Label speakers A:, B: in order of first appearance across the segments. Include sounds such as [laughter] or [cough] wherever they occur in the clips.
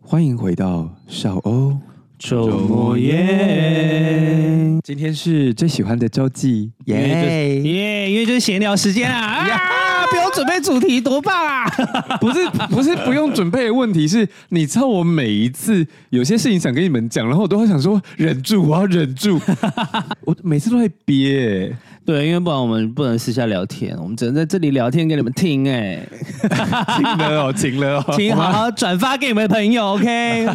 A: 欢迎回到少欧
B: 周
A: 末夜，今天是最喜欢的周记，
B: 因为就是
A: 耶！
B: 耶，因为就是闲聊时间啊！ [laughs] 啊，不用准备主题，多棒啊！
A: [laughs] 不是不是不用准备的问题是，你知道我每一次有些事情想跟你们讲，然后我都会想说忍住，我要忍住，我每次都会憋、
B: [laughs] 对，因为不然我们不能私下聊天，我们只能在这里聊天给你们听。哎，
A: 停了哦，停了哦，
B: [laughs] 请好好转发给你们的朋友，OK？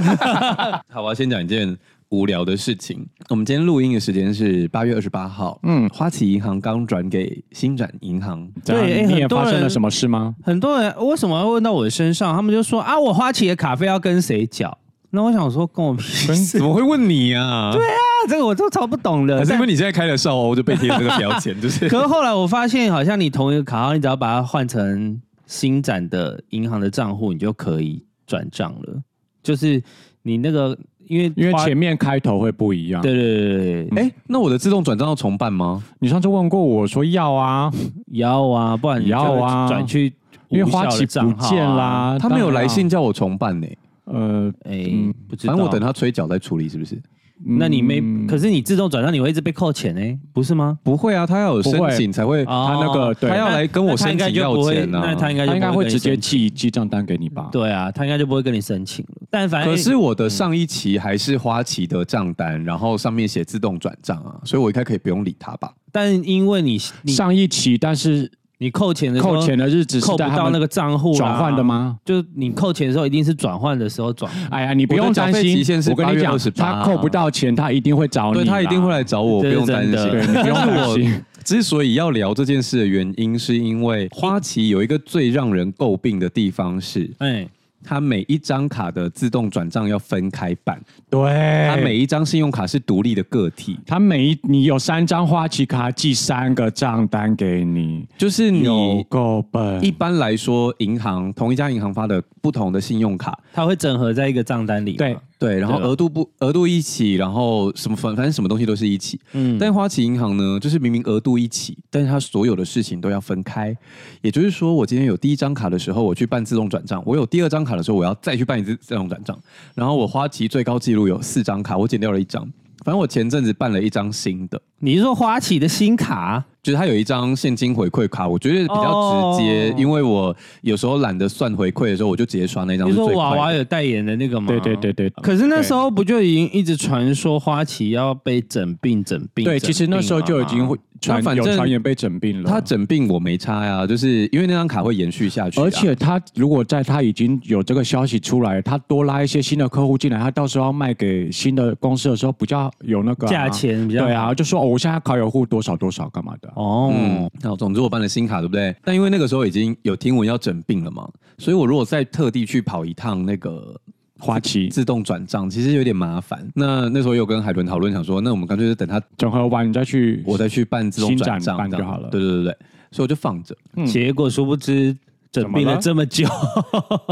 A: 好，我要先讲一件无聊的事情。我们今天录音的时间是八月二十八号，嗯，花旗银行刚转给新展银行，
C: 对，
B: 对哎
C: 你也
B: 很多
C: 发生了
B: 人
C: 什么事吗？
B: [laughs] 很多人为什么要问到我的身上？他们就说啊，我花旗的卡费要跟谁缴？那我想说，跟我屁事
A: 嗯怎么会问你啊？对啊，
B: 啊，这个我都超不懂的。
A: 还是因
B: 但
A: 为你现在开了少欧就被贴这个标签， [laughs] 就是
B: 可是后来我发现，好像你同一个卡号，你只要把它换成新展的银行的账户，你就可以转账了。就是你那个，因为
C: 因为
B: 花
C: 前面开头会不一样。
B: 对对对对对，
A: 哎、那我的自动转账要重办吗？
C: 你上次问过我说要啊，
B: 要啊，不然你就
C: 要啊
B: 转去
C: 因为
B: 无
C: 花
B: 效
C: 旗
B: 的账
C: 不
B: 号啊
C: 见。啦，
A: 他没有
C: 当
A: 来
C: 然啊要
A: 信。叫我重办呢、
C: 呃，
B: 哎、不知道。
A: 反正我等，他催缴再处理，是不是？
B: 那你没，
C: 嗯
B: 可是你自动转账，你会一直被扣钱呢、不是吗？
A: 不会啊，他要有申
C: 不会
A: 请才会，
B: 哦
C: 他那个对
A: 他要来跟我
B: 那他
A: 申
B: 应该
A: 请
B: 就
A: 要
B: 不会
A: 钱啊。
B: 那他应该就
C: 他应该
B: 不
C: 会
B: 跟你
C: 直接
B: 申请。
C: 寄记账单给你吧？
B: 对啊，他应该就不会跟你申请了。但反正
A: 可是我的上一期还是花旗的账单，然后上面写自动转账啊，所以我应该可以不用理他吧？
B: 但因为你你
C: 上一期，但是
B: 你扣钱的时候
C: 扣钱的日子
B: 扣
C: 是
B: 不
C: 在
B: 到
C: 他
B: 那
C: 们
B: 个账户啦
C: 转换的？吗？
B: 就是你扣钱的时候，一定是转换的时候转。
C: 哎呀，你不
A: 我
C: 用
A: 的缴
C: 担
A: 费期限
C: 心
A: 是，
C: 我跟
A: 8
C: 你
A: 月
C: 讲
A: 28，
C: 他扣不到钱，他一定会找你啦。
A: 对他一定会来找我，不
B: 这是
A: 用担心。
B: 真的
C: 对，你
A: [laughs]
C: 不用
A: 但
C: 担
A: 是我
C: 心。
A: 之所以要聊这件事的原因，是因为花旗有一个最让人诟病的地方是，
B: 哎，
A: 它每一张卡的自动转账要分开办，
C: 对，
B: 哎
A: 它每一张信用卡是独立的个体，
C: 他每一你有三张花旗卡，寄三个账单给你，
A: 就是
C: 有
A: 你。
C: 够笨。
A: 一般来说，银行同一家银行发的不同的信用卡，
B: 它会整合在一个账单
A: 啊
B: 里。
C: 对，
A: 对，然后
B: 对吧啊
A: 额度不额度一起，然后什么反反正什么东西都是一起。
B: 嗯，
A: 但花旗银行呢，就是明明额度一起，但是它所有的事情都要分开。也就是说，我今天有第一张卡的时候，我去办自动转账；我有第二张卡的时候，我要再去办一次自动转账。然后我花旗最高记录有四张卡，我减掉了一张。反正我前阵子办了一张新的，
B: 你是说花旗的新卡？
A: 就是它有一张现金回馈卡，我觉得比较直接，
B: 哦
A: 因为我有时候懒得算回馈的时候，我就直接刷那张
B: 你
A: 是最
B: 说
A: 快的。
B: 娃娃有代言的那个吗？
C: 对对对。对
B: 可是那时候不就已经一直传说花旗要被整病整病？
C: 对，
B: 整
C: 其实那时候就已经会
B: 病
C: 传
A: 那反
C: 啊有
A: 正
C: 传言被整病了。
A: 他整病我没差呀、就是因为那张卡会延续下去啊、
C: 而且他如果在他已经有这个消息出来，他多拉一些新的客户进来，他到时候要卖给新的公司的时候，比较有那个
B: 了嘛价。
C: 啊
B: 钱比较
C: 对啊，就说、哦、我现在卡友户多少多少干嘛的。
B: 哦
A: 嗯，，好，总之我办了新卡，对不对？但因为那个时候已经有听闻要整病了嘛，所以我如果再特地去跑一趟那个
C: 花旗
A: 自动转账，其实有点麻烦。那那时候有跟海伦讨论，想说，那我们干脆就等他
C: 整合完你再去，
A: 我再去办自动转
C: 新
A: 账
C: 展办
A: 这样
C: 就好了
A: 对对对对，所以我就放着，
C: 嗯
B: 结果殊不知整病了这么久，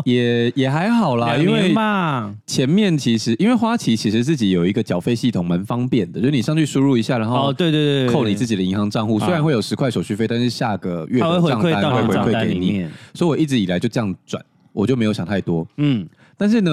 A: 也也还好啦，
B: 两
A: 因为
B: 年吧，
A: 前面其实因为花旗其实自己有一个缴费系统蛮方便的，就是你上去输入一下，然后
B: 哦，对对对对，
A: 扣你自己的银行账户，
C: 啊
A: 虽然会有十块手续费，但是下个月
B: 它会
A: 的
B: 回
A: 账
B: 馈
A: 单
B: 到
A: 会
B: 你
A: 回
B: 账
A: 馈
B: 单
A: 给
B: 里
A: 你，
B: 面。
A: 所以我一直以来就这样转，我就没有想太多。
B: 嗯，
A: 但是呢，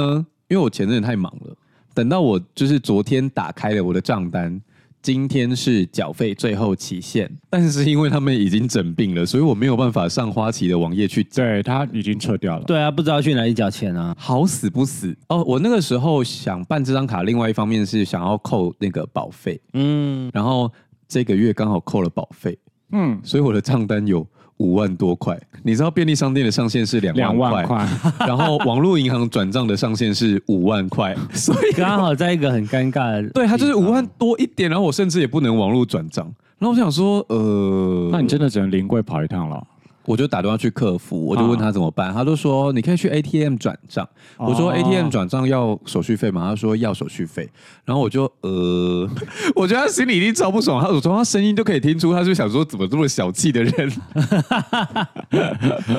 A: 因为我前阵子太忙了，等到我就是昨天打开了我的账单，今天是缴费最后期限，但是因为他们已经整病了，所以我没有办法上花旗的网页去缴。
C: 对他已经撤掉了。
B: 对啊，不知道去哪里缴钱啊。
A: 好死不死哦！我那个时候想办这张卡，另外一方面是想要扣那个保费，
B: 嗯，
A: 然后这个月刚好扣了保费，
C: 嗯，
A: 所以我的账单有五万多块。你知道便利商店的上限是两
C: 两
A: 万块，
C: 万块。
A: 然后网络银行转账的上限是五万块， [laughs] 所以
B: 刚好在一个很尴尬的，
A: 对它就是五万。多一点。然后我甚至也不能网络转账。然后我想说，呃，
C: [laughs] 那你真的只能临柜跑一趟了。
A: 我就打电话去客服，我就问他怎么办，他就说你可以去 ATM 转账。我说
C: 哦
A: ATM 转账要手续费吗？他说要手续费。然后我就呃， [laughs] 我觉得他心里一定超不爽，他我从他声音就可以听出，他就想说怎么这么小气的人， [laughs]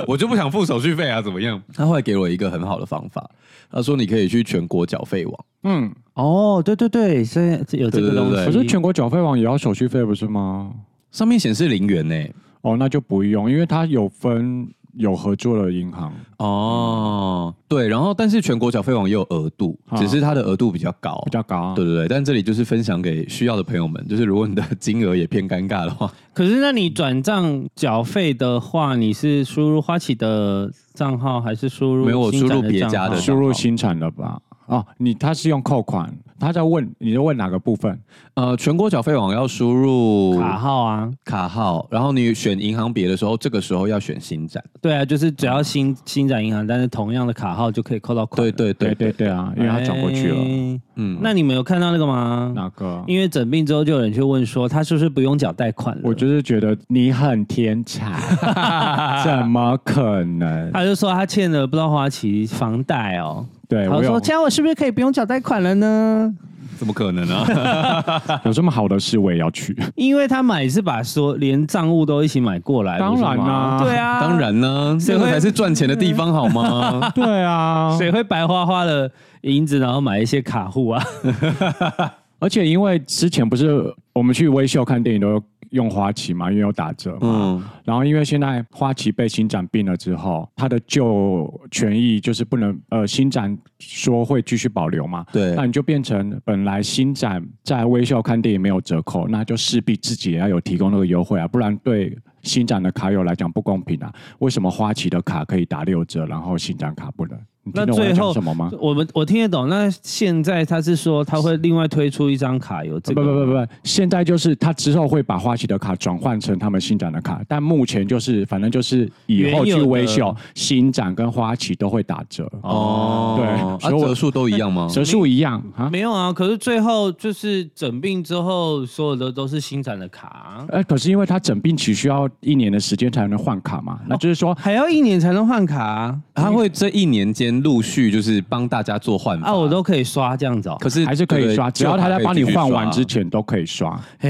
A: 我就不想付手续费啊，怎么样？他后来给我一个很好的方法，他说你可以去全国缴费网。
C: 嗯，
B: 哦，对对对，现在有这个东
A: 对
B: 西。
C: 可是全国缴费网也要手续费不是吗？
A: 上面显示零元呢、
C: 哦，那就不用，因为它有分有合作的银行，
A: 哦，对，然后但是全国缴费网也有额度，
C: 啊
A: 只是它的额度比较高。
C: 比较高啊。
A: 对对对，但这里就是分享给需要的朋友们，就是如果你的金额也偏尴尬的话，
B: 可是那你转账缴费的话，你是输入花旗的账号还是输入
A: 没有我
B: 新展
A: 输入别
B: 账
A: 家
B: 号
A: 的
C: 啊输入新产的吧。哦，你他是用扣款，他在问，你就问哪个部分？
A: [laughs] 呃，全国缴费网要输入
B: 卡号啊？
A: 卡号，然后你选银行别的时候，这个时候要选新展。
B: 对啊，就是只要新新展银行，但是同样的卡号就可以扣到款。
A: 对，对对
C: 对对对啊，因为他转过去了。
B: 哎
A: 嗯，
B: 那你们有看到那个吗？
C: 哪个？
B: 因为整病之后，就有人去问说，他是不是不用缴贷款了？
C: 我就是觉得你很天才，怎么可能？
B: 他就说他欠了不知道花旗房贷哦。
C: 对
B: 他
C: 哎我
B: 说
C: 有
B: 这样我是不是可以不用缴贷款了呢？
A: 怎么可能 [laughs] 啊？
C: 有这么好的事，我也要去。
B: 因为他买是把所连账务都一起买过来，
C: 当然
B: 不是吗
C: 啦
B: 对啊，
A: 当，然呢，
B: 谁
A: 这个
B: 会
A: 才是赚钱的地方好 [laughs] 吗？
C: 对啊，
B: 谁会白花花的银子，然后买一些卡户
C: [laughs]
B: 啊？
C: 而且因为之前不是我们去微秀看电影都用花旗嘛，因为有打折嘛。
A: 嗯，
C: 然后因为现在花旗被新展并了之后，它的旧权益就是不能呃新展说会继续保留嘛，
A: 对
C: 那你就变成本来新展在微笑看电影没有折扣，那就势必自己也要有提供那个优惠啊，不然对新展的卡友来讲不公平啊。为什么花旗的卡可以打六折，然后新展卡不能？你
B: 那
C: 听懂我在
B: 最后
C: 讲什么吗？
B: 我们我听得懂。那现在他是说他会另外推出一张卡，有这
C: 不
B: 个
C: 不不不，现在就是他之后会把花旗的卡转换成他们新展的卡，但目前就是反正就是以
B: 原有
C: 后去
B: 的
C: 微秀新展跟花旗都会打折，
A: 哦，
C: 对
A: 啊，
C: 所以我
A: 折数都一样 [laughs] 吗？
C: 折数一样啊。
B: 没有啊。可是最后就是整病之后，所有的都是新展的卡啊，
C: 呃，可是因为他整病期需要一年的时间才能换卡嘛，那就是说
B: 还要一年才能换卡
C: [laughs]
B: 啊，
A: 他会这一年间陆续就是帮大家做换法
B: 啊我都可以刷这样子
C: [laughs]
B: 哦。
A: 可是
C: 还是可以
A: 对
C: 刷，只要他在帮你换完之，
A: 旧卡可以继续
C: 前都可以刷。
B: 嘿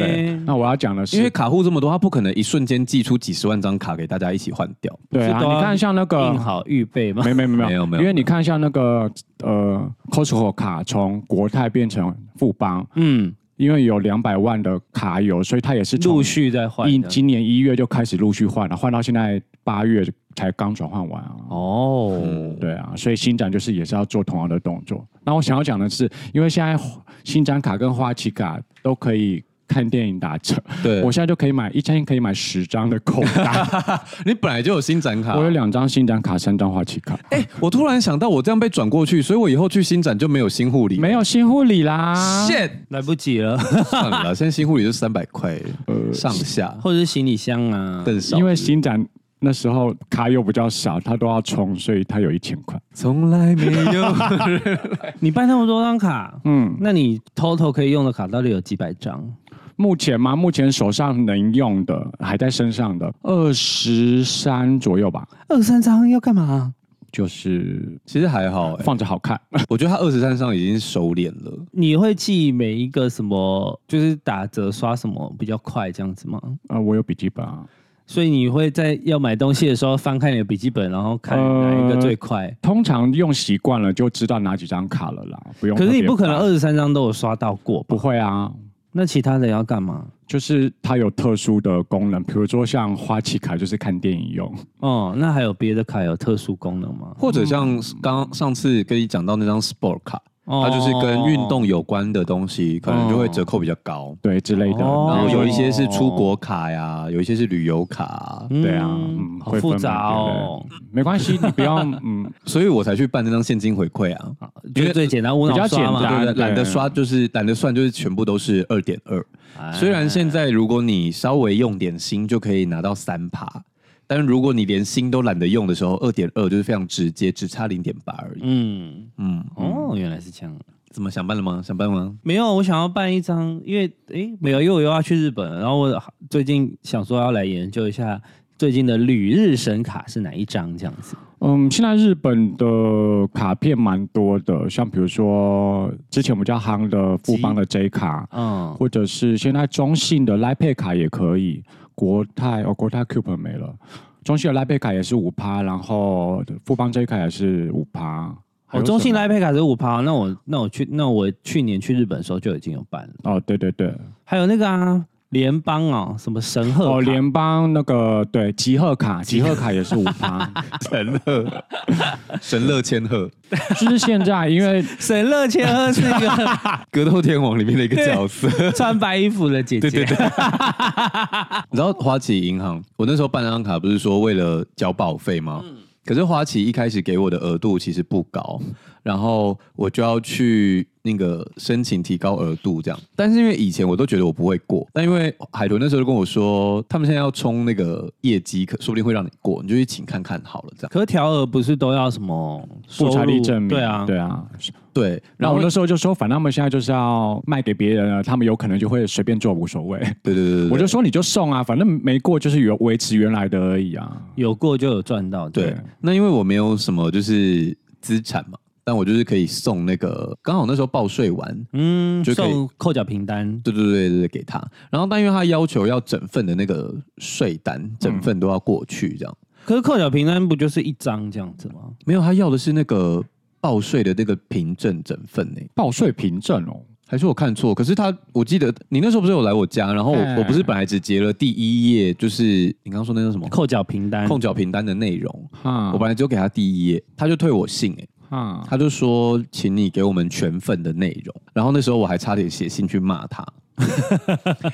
C: 对，那我要讲的
A: 刷因为
C: 是，
A: 卡户这么多，他不可能一瞬间寄出几十万张卡给大家一起换掉。
C: 对啊，
B: 不是都要
C: 你看像那
B: 印
C: 个。
B: 好预备吗？
C: 没没没
A: 没有没有
C: 因为你看像那个呃，Costco 卡从国泰变成富邦，
B: 嗯，
C: 因为有两百万的卡友，所以他也是从
B: 陆续在换
C: 一
B: 的。
C: 今年一月就开始陆续换了，换到现在八月才刚转换完啊。
B: 哦，
C: 对啊，所以新展就是也是要做同样的动作。那我想要讲的是，因为现在新展卡跟花旗卡都可以看电影打折，
A: 对，
C: 我现在就可以买一天可以买十张的扣
B: [laughs]
C: 打，
A: 你本来就有新展卡。
C: 我有两张新展卡，三张花旗卡，
A: 哎、我突然想到，我这样被转过去，所以我以后去新展就没有新护理。
C: 没啊有新护理啦。
A: shit，
B: 来不及了，
A: 算了，现在新护理就三百块呃上下，
B: 或者是行李箱啊。
A: 更少。
C: 因为新展那时候卡又比较少，他都要充，所以他有一千块。
A: 从来没有
B: 你办那么多张卡，
C: 嗯，
B: 那你 total 可以用的卡到底有几百张？
C: 目前吗？目前手上能用的还在身上的二十三左右吧，
B: 二三张要干嘛？
C: 就是
A: 其实还好、哎，
C: 放着
B: [laughs]
C: 好看。
A: 我觉得他二十三上已经收敛了。
B: 你会记每一个什么，就是打折刷什么比较快这样子吗？
C: 呃，我有笔记本啊。
B: 所以你会在要买东西的时候翻看你的笔记本，然后看
C: 呃
B: 哪一个最快。
C: 通常用习惯了就知道哪几张卡了啦，不用特
B: 可
C: 别
B: 是
C: 翻。
B: 你不可能二十三张都有刷到过吧
C: 不？会啊，
B: 那其他的要干嘛？
C: 就是它有特殊的功能，比如说像花旗卡就是看电影用，
B: 哦，那还有别的卡有特殊功能吗？
A: 或者像刚上次跟你讲到那张 Sport 卡，
B: 哦
A: 它就是跟运动有关的东西，可能就会折扣比较高。
C: 对之类的。
B: 哦
A: 然后有一
C: 些
A: 些是出国卡呀，有一些是旅游卡啊、
B: 嗯，
C: 对啊嗯
B: 好
C: 会分
B: 复
C: 门
B: 杂哦。
C: 没关系，你不要
B: [laughs]
C: 嗯，
A: 所以我才去办那张现金回馈啊。
B: 就是最简单，无脑刷
C: 比较
B: 嘛。
C: 简
A: 对
C: 单
A: 对，
C: 对
A: 懒得刷就是懒得算，就是全部都是二点二。
B: 哎
A: 虽然现在如果你稍微用点心就可以拿到三趴，但如果你连心都懒得用的时候，二点二就是非常直接，只差零点八而已。
B: 嗯，
A: 嗯，
B: 哦，原来是这样。
A: 怎么想办了吗？想办吗？
B: 没有，我想要办一张，因为诶没有，因为我又要去日本了，然后我最近想说要来研究一下最近的旅日神卡是哪一张这样子。
C: 嗯，现在日本的卡片蛮多的，像比如说之前我们叫夯的富邦的 J 卡，
B: 嗯，
C: 或者是现在中信的 Lite Pay 卡也可以，国泰哦国泰 Cube 没了，中信的 Lite Pay 卡也是五趴，然后富邦 J 卡也是五趴。
B: 我
C: 还有
B: 哦中信
C: 什么
B: 来配卡是五趴，那我那我去那我去年去日本的时候就已经有办了，
C: 哦，对对对，
B: 还有那个啊。联邦哦，什么神鹤卡
C: 哦，联邦那个对集贺卡，集贺卡也是五趴。
A: [laughs]
C: [laughs]
A: 神乐，神乐千鹤，
C: 就是现在，因为
B: 神乐千鹤是一个 [laughs]
A: 格斗天王里面的一个角色。
B: 穿白衣服的姐姐，
A: 对对你知道花旗银行，我那时候办那张卡不是说为了交保费吗？可是花旗一开始给我的额度其实不高，然后我就要去那个申请提高额度这样。但是因为以前我都觉得我不会过，但因为海豚那时候就跟我说，他们现在要冲那个业绩，可说不定会让你过，你就去请看看好了这样。
B: 可是调额不是都要什么收
C: 不
B: 入
C: 财力证明，
B: 对啊，
C: 对啊。
A: 对，
C: 然
A: 然后
C: 后我那
A: 呢？
C: 时候就说，反正他们现在就是要卖给别人了，啊他们有可能就会随便做，无所谓。
A: 对对对对，
C: 我就说你就送啊，反正没过就是原维持原来的而已啊。
B: 有过就有赚到。
A: 对，那因为我没有什么就是资产嘛，但我就是可以送那个，刚好那时候报税完，
B: 嗯，
A: 就可以
B: 送扣缴凭单，
A: 对对对对对，给他。然后但因为他要求要整份的那个税单，整份都要过去这样。
B: 可是扣缴凭单不就是一张这样子吗？
A: 没有，他要的是那个报税的那个凭证整份呢、
C: 报税凭证哦，
A: 还是我看错？可是他，我记得你那时候不是有来我家，然后我、
C: 哎
A: 我不是本来只截了第一页，就是你刚刚说那叫什么
B: 扣缴凭单，
A: 控缴凭单的内容，
C: 哈，
A: 我本来只有给他第一页，他就退我信哎、
C: 哈，
A: 他就说，请你给我们全份的内容。然后那时候我还差点写信去骂
B: [laughs]
A: 他，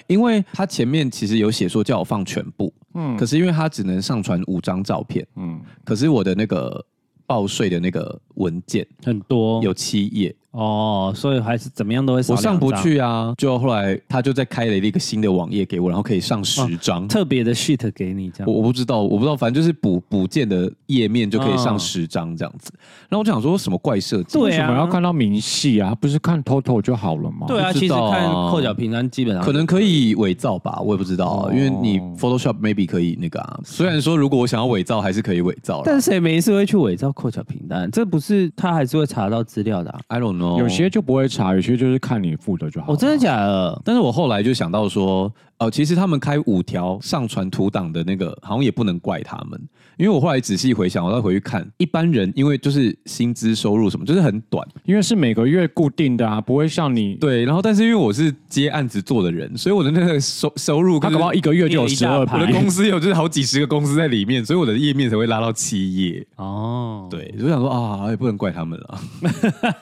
A: 因为他前面其实有写说叫我放全部，
C: 嗯
A: 可是因为他只能上传五张照片，
C: 嗯，
A: 可是我的那个报税的那个文件
B: 很多
A: 有七页，
B: 哦，所以还是怎么样都会少
A: 我上不
B: 两张。
A: 去啊。就后来他就再开了一个新的网页给我，然后可以上十张。
B: 特别的 shit 给你这样
A: 我，我不知道，我不知道，反正就是补补件的页面就可以上
B: 嗯
A: 十张这样子。然后我就想说，什么怪设计？
B: 对
C: 为什么
B: 啊
C: 要看到明细啊？不是看 total 就好了吗？
B: 对啊，
A: 不
B: 其
A: 知
B: 实
A: 道啊
B: 看扣缴凭单基本上
A: 可能可以伪造吧，我也不知道啊、
C: 哦
A: 因为你 Photoshop maybe 可以那个啊。虽然说如果我想要伪造，还是可以伪造啦
B: 但谁没事会去伪造扣缴凭单？这不是他还是会查到资料的、啊。
A: I don't know，
C: 有些就不会查，有些就是看你付的就好了。
B: 哦，真的假的？
A: 但是我后来就想到说，呃，其实他们开五条上传图档的那个，好像也不能怪他们，因为我后来仔细回想，我再回去看，一般人因为就是薪资收入什么，就是很短，
C: 因为是每个月固定的啊，不会像你，
A: 对。然后，但是因为我是接案子做的人，所以我的那个收收入、就
C: 他
A: 是，
C: 搞不好一个月就有
B: 一
C: 十
B: 大
C: 二
A: 我
B: 排
A: 的公司 [laughs] 有就是好几十个公司在里面，所以我的页面才会拉到七页。
B: 哦，，，
A: 对，就想说啊，也不能怪他们了。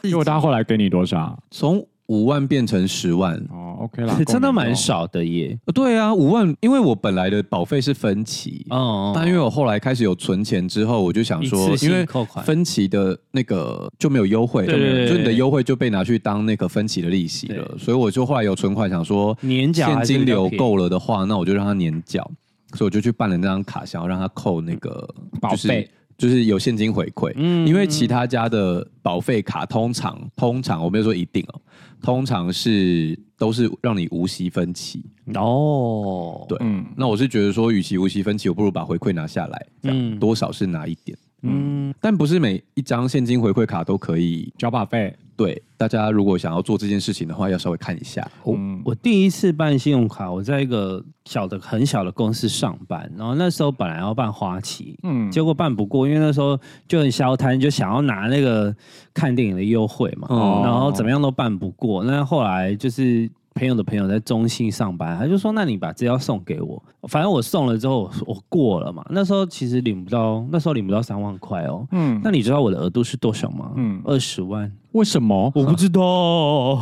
C: 因为他后来给你多少？
A: 从五万变成十万，
C: 哦
A: [laughs]
C: ，OK 啦
B: [laughs] 真的蛮
C: 够
B: 少的耶。
A: 呃对啊，五万，因为我本来的保费是分期，
B: 哦，
A: 但因为我后来开始有存钱之后，我就想
B: 一
A: 说
B: 次，性
A: 因为
B: 扣款
A: 分期的那个就没有优惠，
B: 对对对
A: 就你的
B: 对
A: 优惠就被拿去当那个分期的利息了，所以我就后来有存款，想说
B: 年缴
A: 现
B: 还是
A: 金
B: 比较
A: 流
B: 便宜
A: 够了的话，那我就让它年缴，所以我就去办了那张卡，想要让它扣那个
C: 保
A: 就是
C: 费
A: 就是有现金回馈，
B: 嗯
A: 因为其他家的保费卡通常通常我没有说一定哦，通常是都是让你无息分期，
B: 哦，
A: 对
C: 嗯，
A: 那我是觉得说，与其无息分期，我不如把回馈拿下来，这样、
B: 嗯
A: 多少是拿一点，
B: 嗯，
A: 但不是每一张现金回馈卡都可以。
C: 交保费。
A: 对大家，如果想要做这件事情的话，要稍微看一下哦。
C: 嗯，
B: 我第一次办信用卡，我在一个小的很小的公司上班，然后那时候本来要办花旗，
C: 嗯，
B: 结果办不过，因为那时候就很消摊，就想要拿那个看电影的优惠
C: 嗯
B: 嘛，
A: 哦
B: 然后怎么样都办不过。那后来就是朋友的朋友在中信上班，他就说：“那你把资料送给我。”反正我送了之后，我我过了嘛。那时候其实领不到，那时候领不到三万块哦。
C: 嗯，
B: 那你知道我的额度是多少吗？嗯
C: 嗯，
B: 二十万。
C: 为什么？
B: 我不知道，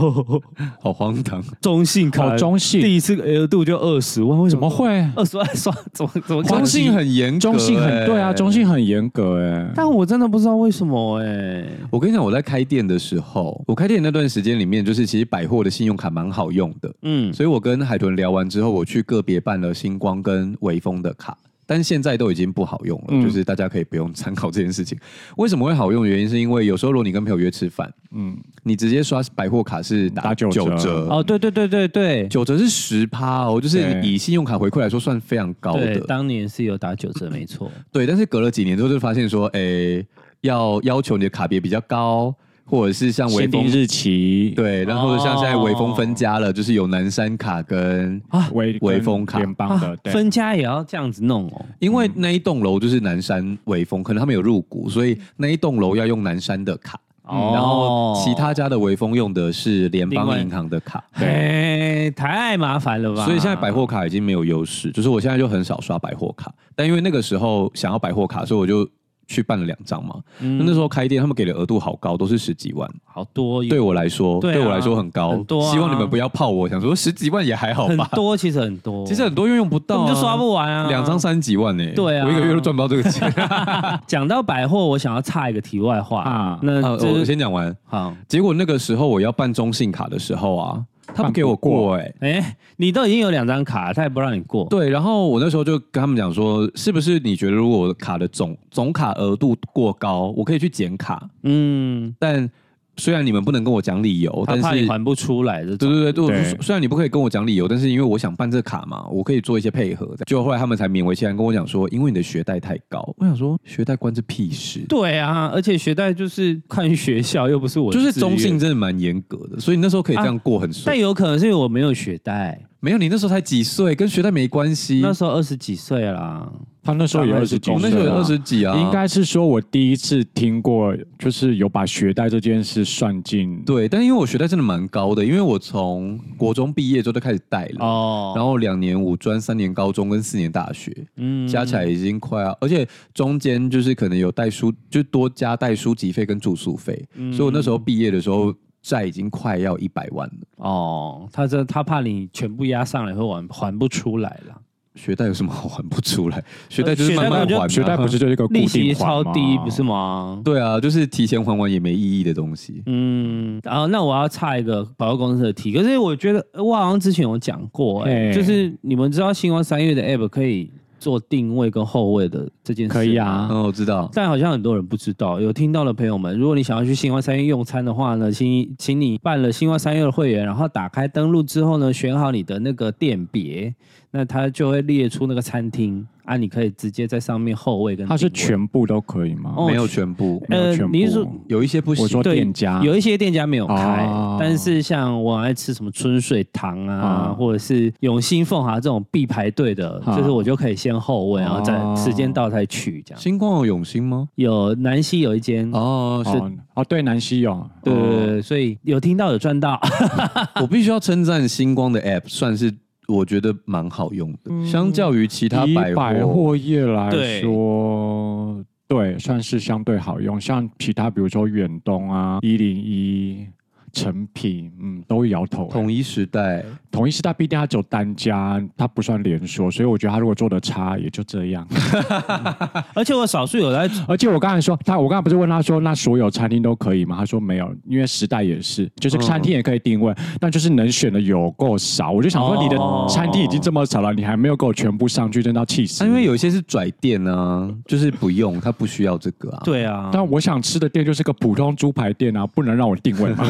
A: 好荒
C: [laughs]
A: 唐，
B: [laughs] 中信卡、
C: 哦中信
B: 第一次额度就二十万，为什
C: 怎
B: 么
C: 么会？
B: 二十万算怎么怎么可能
A: 中信很严格、
C: 中信很对啊，
A: 哎
C: 中。信很严格哎。
B: 但我真的不知道为什么哎、
A: 我跟你讲，我在开店的时候，我开店那段时间里面，就是其实百货的信用卡蛮好用的，
B: 嗯，
A: 所以我跟海豚聊完之后，我去个别办了星光跟微风的卡，但现在都已经不好用了，
C: 嗯
A: 就是大家可以不用参考这件事情。为什么会好用？原因是因为有时候如果你跟朋友约吃饭，
C: 嗯，
A: 你直接刷百货卡是打
C: 打
A: 九
C: 九
A: 折，
C: 折
B: 哦，对对对对对，
A: 九折是十趴哦，就是
C: 对
A: 以信用卡回馈来说算非常高的
B: 对，。当年是有打九折，没错。
A: 对，但是隔了几年之后就发现说，诶、要要求你的卡别比较高，或者是像微
C: 限定
A: 风。
C: 日期，
A: 对，然后或者像现在微风
B: 哦
A: 分家了，就是有南山卡跟
C: 啊，微
A: 微风啊
C: 跟
A: 卡
C: 联邦的，对，
B: 啊分家也要这样子弄哦。
A: 因为那一栋楼就是南山微风，可能他们有入股，所以那一栋楼要用南山的卡。嗯然后其他家的微风用的是联邦银行的卡，
B: 哎，太麻烦了吧？
A: 所以现在百货卡已经没有优势，就是我现在就很少刷百货卡，但因为那个时候想要百货卡，所以我就去办了两张嘛。
B: 嗯
A: 那那时候开店，他们给的额度好高，都是十几万，
B: 好多有
A: 对我来说，
B: 对啊
A: 对我来说很高。
B: 很多啊
A: 希望你们不要泡我，想说十几万也还好
B: 很
A: 吧。
B: 多，其实很多，
A: 其实很多用用不
B: 根
A: 到、
B: 本
A: 啊，
B: 就刷不完啊，
A: 两张三十几万呢、欸
B: 对啊
A: 我一个月都赚不到这个
B: [laughs]
A: 钱。
B: 啊讲到百货，我想要插一个题外话
C: 啊
B: 那
A: 呃
B: 这
A: 我
B: 是
A: 先讲完，
B: 好，
A: 结果那个时候我要办中信卡的时候啊，他不给我过哎、
B: 哎，你都已经有两张卡，他也不让你过，
A: 对，然后我那时候就跟他们讲说，是不是你觉得如果我卡的总总卡额度过高，我可以去减卡？
B: 嗯，
A: 但虽然你们不能跟我讲理由，
B: 他
A: 但
B: 怕你
A: 是
B: 还不出来
A: 对
B: 这种，
A: 对对，我
C: 对
A: 虽然你不可以跟我讲理由，但是因为我想办这卡嘛，我可以做一些配合。就后来他们才勉为其难跟我讲说，因为你的学贷太高。我想说，学贷关这屁事。
B: 对啊，而且学贷就是看学校，又不是我的
A: 就是
B: 志愿
A: 中信，真的蛮严格的，所以你那时候可以这样过很顺。
B: 但有可能是因为我没有学贷，
A: 没有，你那时候才几岁，跟学贷没关
C: 嗯
A: 系。
B: 那时候二十几岁啦，
C: 他那时候也
B: 大概
C: 二
B: 是
C: 十几岁
A: 我
C: 啊，
A: 那时候有二十几啊，
C: 应该是说我第一次听过，就是有把学贷这件事算进。
A: 对。但因为我学贷真的蛮高的，因为我从国中毕业之后就开始贷了，
B: 哦，
A: 然后两年五专、三年高中跟四年大学，
B: 嗯
A: 加起来已经快要，而且中间就是可能有带书，就多加带书籍费跟住宿费，
C: 嗯
B: 嗯
A: 所以我那时候毕业的时候债已经快要一百万了。
B: 哦，他这他怕你全部压上来会还还不出来啦。
A: 学贷有什么好还不出来？学贷就是
B: 学贷
A: 慢慢
B: 根本就
A: 还、啊，
C: 学贷不是就是一个固
B: 利
C: 定
B: 息超
C: 款吗嗯
B: 低，不是吗？
A: 对啊，就是提前还完也没意义的东西。
B: 嗯，然后那我要差一个百货公司的题，可是我觉得呃我好像之前有讲过、哎，
C: 嘿
B: 就是你们知道星光三月的 app 可以做定位跟后位的这件事，
C: 可以啊
A: 嗯，我知道。
B: 但好像很多人不知道，有听到的朋友们，如果你想要去星光三月用餐的话呢，请请你办了星光三月的会员，然后打开登录之后呢，选好你的那个店别，那它就会列出那个餐厅啊，你可以直接在上面后位跟
C: 它是
B: 定位
C: 全部都可以吗？
B: 哦
A: 没有全部，
C: 没有全部
B: 你是说
A: 有一些不
C: 我
A: 行
C: 说。
B: 对
C: 店家
B: 有一些店家没有开，
C: 哦
B: 但是像我爱吃什么春水堂啊，
C: 啊
B: 或者是永兴凤hà这种必排队的，
C: 啊
B: 就是我就可以先后位，然后再
C: 哦
B: 时间到再去这样。
A: 星光有永兴吗？
B: 有南溪有一间，
A: 哦，是
C: 哦哦，对，南希有
B: 对对对对，所以有听到有赚到，
A: [laughs] 我必须要称赞星光的 App，算是我觉得蛮好用的，相较于其他
C: 以
A: 百
C: 百
A: 货。
C: 货业来
B: 对
C: 说，对，算是相对好用。像其他比如说远东啊、一零一、成品，嗯，都摇头、欸。
A: 统一时代，
C: 统一时代必定它只有单家，它不算连锁，所以我觉得它如果做的差也就这样。
B: 而且我少数有
C: [laughs]
B: 在
C: 而且我刚才说他，我刚才不是问他说，那所有餐厅都可以吗？他说没有，因为时代也是，
B: 嗯
C: 就是餐厅也可以定位，但就是能选的有够少。我就想说，你的
B: 哦
C: 餐厅已经这么少了，你还没有给我全部上去，真的要气死
A: 啊、
C: 你。
A: 因为有一些是拽店啊，就是不用，他不需要这个啊。，
B: 对啊，
C: 但我想吃的店就是个普通猪排店啊，不能让我定位嘛。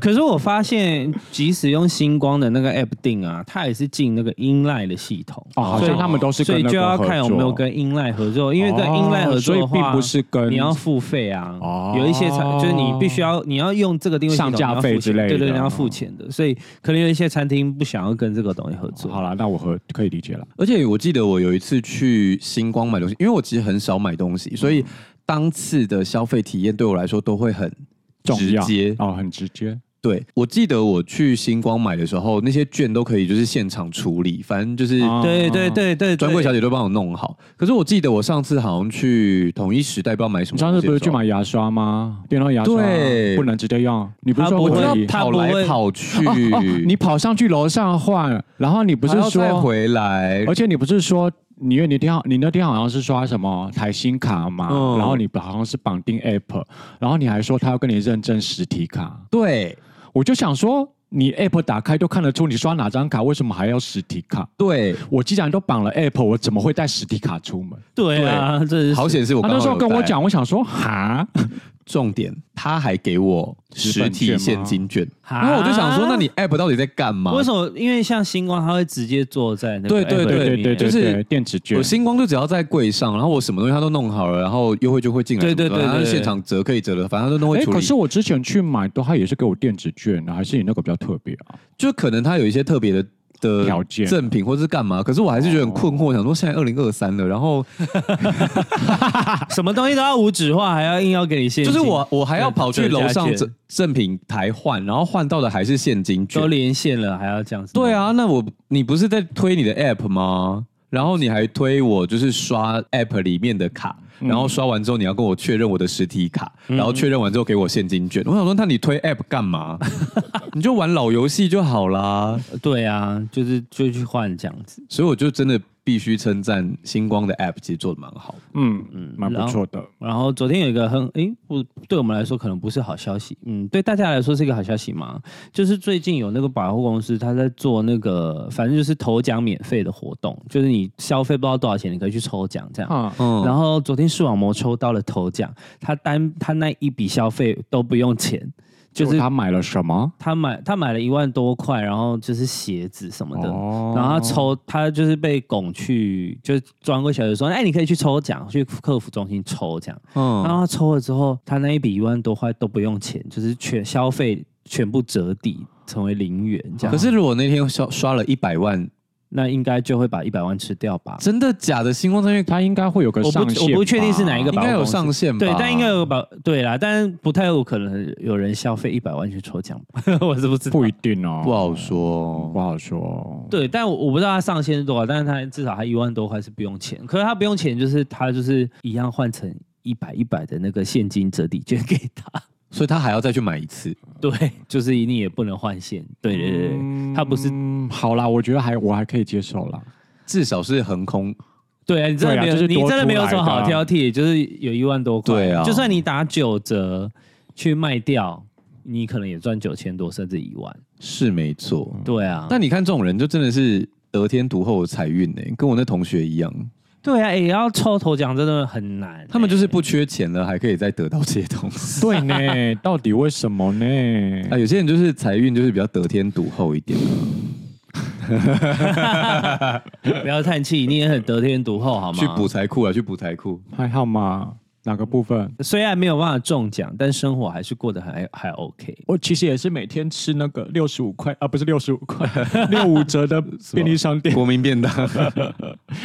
B: 可是我发现即使用星光的那个 app 定啊，它也是进那个 inline 的系统
C: 哦，好
B: 所以
C: 像他们都是
B: 所
C: 跟
B: 以
C: 那
B: 就
C: 个
B: 要
C: 合
B: 看有没有
C: 作
B: 跟 inline 合作，因为跟 inline 合
C: 哦所
B: 作
C: 以
B: 的话，
C: 并不是跟
B: 你要付费啊，
C: 哦
B: 有一些餐就是你必须要你要用这个定位系统
C: 上架费之类的
B: 你要付钱对
C: 嗯
B: 对，你要付钱的，所以可能有一些餐厅不想要跟这个东西合作。
C: 好了，那我和可以理解了。
A: 而且我记得我有一次去星光买东西，因为我其实很少买东西，所以当次的消费体验对我来说都会很
C: 重
A: 直
C: 要
A: 接。
C: 哦，很直接。
A: 对，我记得我去星光买的时候，那些券都可以就是现场处理，反正就是
C: 哦
B: 对对对对，
A: 专柜小
B: 姐，
A: 姐都帮我弄好。可是我记得我上次好像去统一时代，不知道买什
C: 你
A: 么。
C: 上次不是去？买牙刷吗？电动牙刷
A: 对
C: 不能直接用。你不是
B: 它
C: 说
B: 不会
C: 可以？
A: 跑来跑去，
C: 哦哦，
A: 嗯
C: 你跑上去楼上换，然后你不
A: 不
C: 是
A: 再
C: 说，
A: 回来？
C: 而且你不是说，你因为你电话，你那电话好像是刷什么台新卡嘛，
A: 嗯
C: 然后你好像是绑定 app，然后你还说他要跟你认证实体卡，
A: 对
C: 我就想说，你 app 打开都看得出你刷哪张卡，为什么还要实体卡？
A: 对，
C: 我既然都绑了 app，我怎么会带实体卡出门？
B: 对啊，这是
A: 好险是我
C: 他
A: 刚
C: 那
A: 刚
C: 时候
A: 有
C: 跟我
A: 带
C: 讲，我想说哈，
A: 重点，他还给我实体现金券，
B: 哈
A: 然后我就想说，那你 app 到底在干嘛？
B: 为什么？因为像星光，它会直接坐在那个
A: 对对
B: app
A: 对
B: 里
C: 对
B: 面
C: 对对，
A: 就是
C: 对电子券
A: 我，星光就只要在柜上，然后我什么东西他都弄好了，然后优惠就会进来什
B: 对
A: 么的，
B: 对对对
A: 然后
B: 对
A: 现场折可以折的，反正他都会
C: 哎，
A: 处
C: 可
A: 理。
C: 是我之前去买都，他也是给我电子券啊，还是你那个比较特别啊？
A: 就可能他有一些特别的的
C: 条件
A: 赠品或是干嘛，可是我还是觉得很困惑，想说现在二零二三了，然后
B: 什么东西都要无纸化，还要硬要给你现
A: 就
B: 金，
A: 是我我还要跑去楼上
B: 折价
A: 赠
B: 券
A: 赠品台换，然后换到的还是现金券
B: 都，连线了还要这样子。
A: 对，啊，那我你不是在推你的 app 吗？然后你还推我就是刷 app 里面的卡，然后刷完之后你要跟我确认我的实体卡，然后确认完之后给我现金券。我想说，那你推 app 干 [laughs] 嘛？你就玩老游戏就好啦。
B: 对啊，就是就去换这样子。
A: 所以我就真的必须称赞星光的 app 其实做的蛮好的。
C: 嗯嗯，蛮不错的。
B: 然后昨天有一个很诶，不对我们来说可能不是好消息，嗯，对大家来说是一个好消息嘛，就是最近有那个百货公司他在做那个，反正就是头奖免费的活动，就是你消费不知道多少钱，你可以去抽奖这样。
C: 啊，
A: 嗯，
B: 然后昨天视网膜抽到了头奖，他单他那一笔消费都不用钱，就是
C: 他买了什么？
B: 他买他买了一万多块，然后就是鞋子什么的，
C: 哦
B: 然后他抽他就是被拱去，就是专柜小姐说，哎，你可以去抽奖，去客服中心抽奖。
A: 嗯
B: 然后他抽了之后，他那一笔一万多块都不用钱，就是全消费全部折抵，成为零元这样。
A: 可是如果那天刷刷了一百万，
B: 那应该就会把一百万吃掉吧？
A: 真的假的？星光证券
C: 他应该会有个
B: 我不
C: 上限吧
B: 我不确定是哪一个
A: 应该有上嗯限吧？
B: 对，但应该有把对啦，但不太有可能有人消费一百万去抽奖吧？ [laughs] 我是不知道。
C: 不一定哦，
A: 不好说
C: 不。好说。
B: 对，但我我不知道他上限是多少，但是他至少他一万多块是不用钱，可是他不用钱，就是他就是一样换成一百一百的那个现金折抵券给他。
A: 所以他还要再去买一次。
B: 对，就是你也不能换现。对对对对，他不是
C: 嗯，好啦，我觉得还我还可以接受 [laughs] 啦。
A: 至少是横空，
B: 对啊，你真的
C: 对啊
B: 没有，
C: 就是
B: 你
C: 多
B: 真的
C: 出
B: 没有什么
C: 来的
B: 好
C: 啊
B: 挑剔，就是有一万多块，
A: 对啊
B: 就算你打九折去卖掉，你可能也赚九千多，甚至一万。
A: 是没错。
B: 对啊，
A: 那你看这种人，就真的是得天独厚的财运呢，跟我那同学一样，
B: 对啊，也、要抽头奖真的很难欸、
A: 他们就是不缺钱了，还可以再得到这些东西。
C: 对呢，到底为什么呢？
A: 啊，有些人就是财运就是比较得天独厚一点，
B: 不要叹气，你也很得天独厚，好吗？
A: 去补财库啊，去补财库。
C: 还好嘛，哪个部分？
B: 虽然没有办法中奖，但生活还是过得还还 OK。
C: 我其实也是每天吃那个六十五块啊，不是六十五 [laughs] 块，六五折的便利商店。
A: 国民便当， [laughs]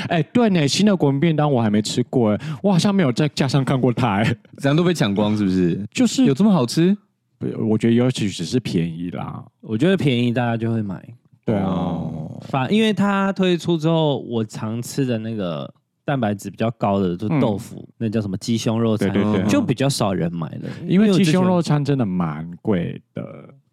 C: 哎、对呢，新的国民便当我还没吃过，哎，我好像没有在架上看过它，哎，
A: 怎样都被抢光，是不是？
C: 就是
A: 有这么好吃？
C: 不我觉得也许只是便宜啦。
B: 我觉得便宜大家就会买，
C: 对啊，
A: 哦
B: 反因为它推出之后，我常吃的那个蛋白质比较高的，就是
C: 嗯
B: 豆腐，那叫什么鸡胸肉
C: 对
B: 餐，
C: 对对，
B: 就比较少人买了，
C: 因为
B: 我
C: 鸡
B: 之前
C: 胸肉餐真的蛮贵的，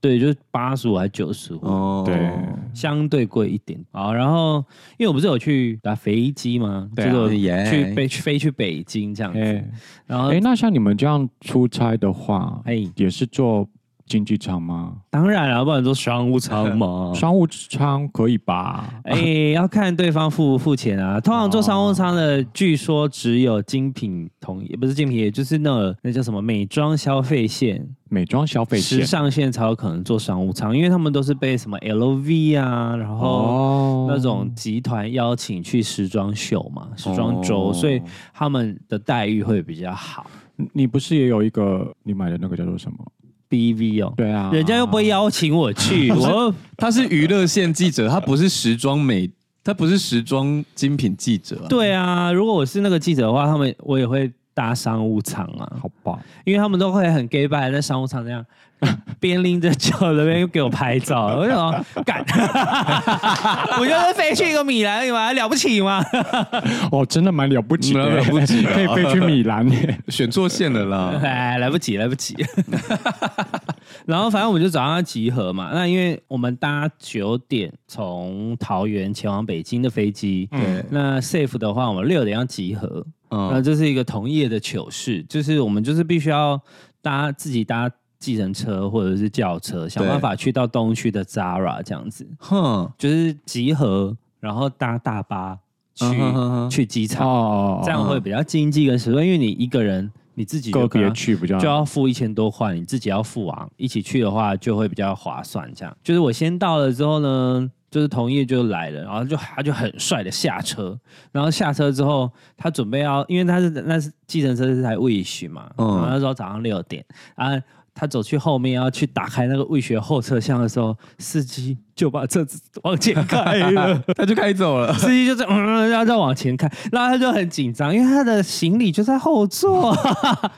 B: 对，就是八十五还九十五，
A: 哦
C: 对，
B: 相对贵一点啊。然后因为我不是有去打飞机吗？
C: 对啊
B: 就是我
A: 耶
B: 去飞飞去北京这样
C: 哎、
B: 子，然后
C: 哎、那像你们这样出差的话，哎、
B: 哎
C: 也是坐经济舱吗？。
B: 当然了，不然做商务舱嘛
C: [laughs] 商务舱可以 [laughs] 吧？
B: 哎、要看对方付不付钱啊。
C: 哦
B: 通常做商务舱的，据说只有精品同，也不是精品，也就是那个那叫什么美妆消费线、
C: 美妆消费
B: 时
C: 险
B: 尚线才有可能做商务舱，因为他们都是被什么 LV 啊，然后
C: 哦
B: 那种集团邀请去时装秀嘛、时装周，
A: 哦
B: 所以他们的待遇会比较好。
C: 你不是也有一个你买的那个叫做什么？
B: BV 哦，
C: 对啊，
B: 人家又不会邀请我
C: [laughs]
B: 去，我
A: 他是娱乐线记者，他不是时装美，他不是时装精品记者、啊。
B: 对啊，如果我是那个记者的话，他们我也会搭商务舱啊。
C: 好吧，
B: 因为他们都会很 gay 拜在商务舱那样，边拎着酒那边给我拍照， [laughs] 我就想说干，我就是飞去一个米兰，有吗？了不起吗？
C: 哦，真的蛮了不起的，
A: 蛮了不起的
B: 啊
C: 可以飞去米兰耶。
B: [laughs]
A: 选错线了啦。
B: [laughs] 哎，来不及，来不及。 [laughs] 然后反正我们就早上要集合嘛，那因为我们搭九点从桃园前往北京的飞机，
A: 对，
B: 那 safe 的话，我们六点要集合，那
A: 嗯，
B: 呃这是一个同业的糗事，就是我们就是必须要搭自己搭计程车或者是轿车，想办法去到东区的 Zara 这样子，
A: 哼，
B: 就是集合，然后搭大巴去、
A: 嗯哼哼哼
B: 去机场，
C: 哦，
B: 这样会比较经济跟实惠，因为你一个人你自己
C: 个
B: 就可能
C: 别去比较
B: 就要付一千多块，你自己要付啊。一起去的话就会比较划算。这样就是我先到了之后呢，就是同业就来了，然后就他就很帅的下车，然后下车之后他准备要，因为他是那是计程车是台 Wish 嘛，
A: 嗯
B: 然后那时候早上六点啊。他走去后面要去打开那个魏学后车厢的时候，司机就把车子往前开
C: 哎
B: 了。
A: 他就开走 [laughs] 了。
B: 司机就在嗯，然后再往前开，然后他就很紧张，因为他的行李就在
A: [laughs]
B: 后座，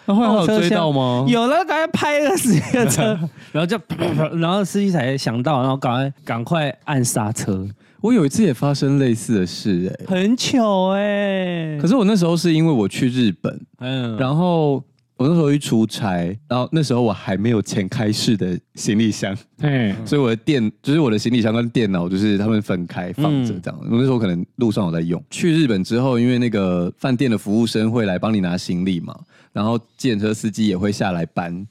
A: 那后来还有
B: 后车
A: 追
B: 厢
A: 到吗？
B: 有了赶快拍了自己
A: [laughs]
B: 的车，然后就啪啪啪，然后司机才想到，然后赶快赶快按刹车，
A: 我有一次也发生类似的事、哎，
B: 很糗哎、
A: 可是我那时候是因为我去日本，
B: 嗯，
A: 然后我那时候去出差，然后那时候我还没有前开式的行李箱，
C: 哎，
A: 所以我的电就是我的行李箱跟电脑就是他们分开放着这样。我那时候可能路上有在用。去日本之后，因为那个饭店的服务生会来帮你拿行李嘛，然后计程车司机也会下来搬。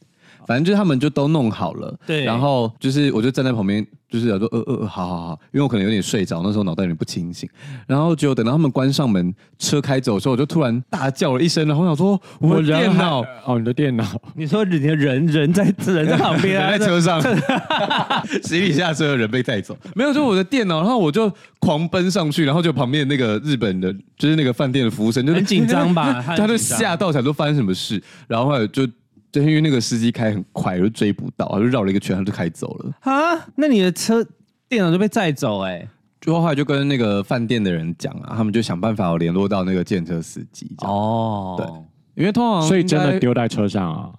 A: 反正就是他们就都弄好了，
B: 对
A: 然后就是我就站在旁边，就是想说呃呃呃，好好好，因为我可能有点睡着，那时候脑袋有点不清醒。然后结果等到他们关上门，车开走的时候，我就突然大叫了一声，然后我想说我的电脑
C: 还哦，你的电脑，
B: 你说你的人人在人在旁边、
A: [laughs] 人
B: 啊，
A: 在车上， [laughs] 行李下车，人被带走，没有，就我的电脑，然后我就狂奔上去，然后就旁边那个日本的，就是那个饭店的服务生，就
B: 很紧张吧他很紧
A: [laughs] 他
B: 张
A: 就吓到，想说发生什么事，然后后来就就因为那个司机开很快，就追不到，他就绕了一个圈，他就开走了，
B: 啊，那你的车电脑就被载走哎、
A: 就后来就跟那个饭店的人讲啊，他们就想办法联络到那个建车司机，这样，
B: 哦，
A: 对因为通常
C: 所以真
A: 应
C: 的
A: 该
C: 丢在车上啊。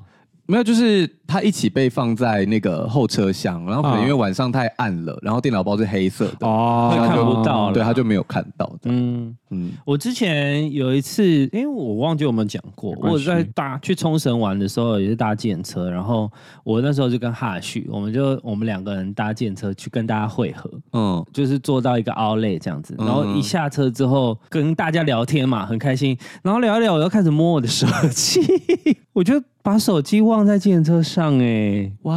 A: 没有，就是他一起被放在那个后车厢，然后可能因为晚上太暗了，然后电脑包是黑色的。
C: 哦
A: 他就
B: 看不到了
A: 对，他就没有看到的。
B: 嗯。
A: 嗯，
B: 我之前有一次，因为我忘记有没有讲过，
C: 关系
B: 我在搭去冲绳玩的时候也是搭电车，然后我那时候就跟哈旭，我们就我们两个人搭电车去跟大家会合，
A: 嗯，
B: 就是坐到一个 outlet 这样子，
A: 嗯
B: 然后一下车之后跟大家聊天嘛，很开心，然后聊一聊，我又开始摸我的手机， [laughs] 我就把手机忘在电车上哎、
A: 哇，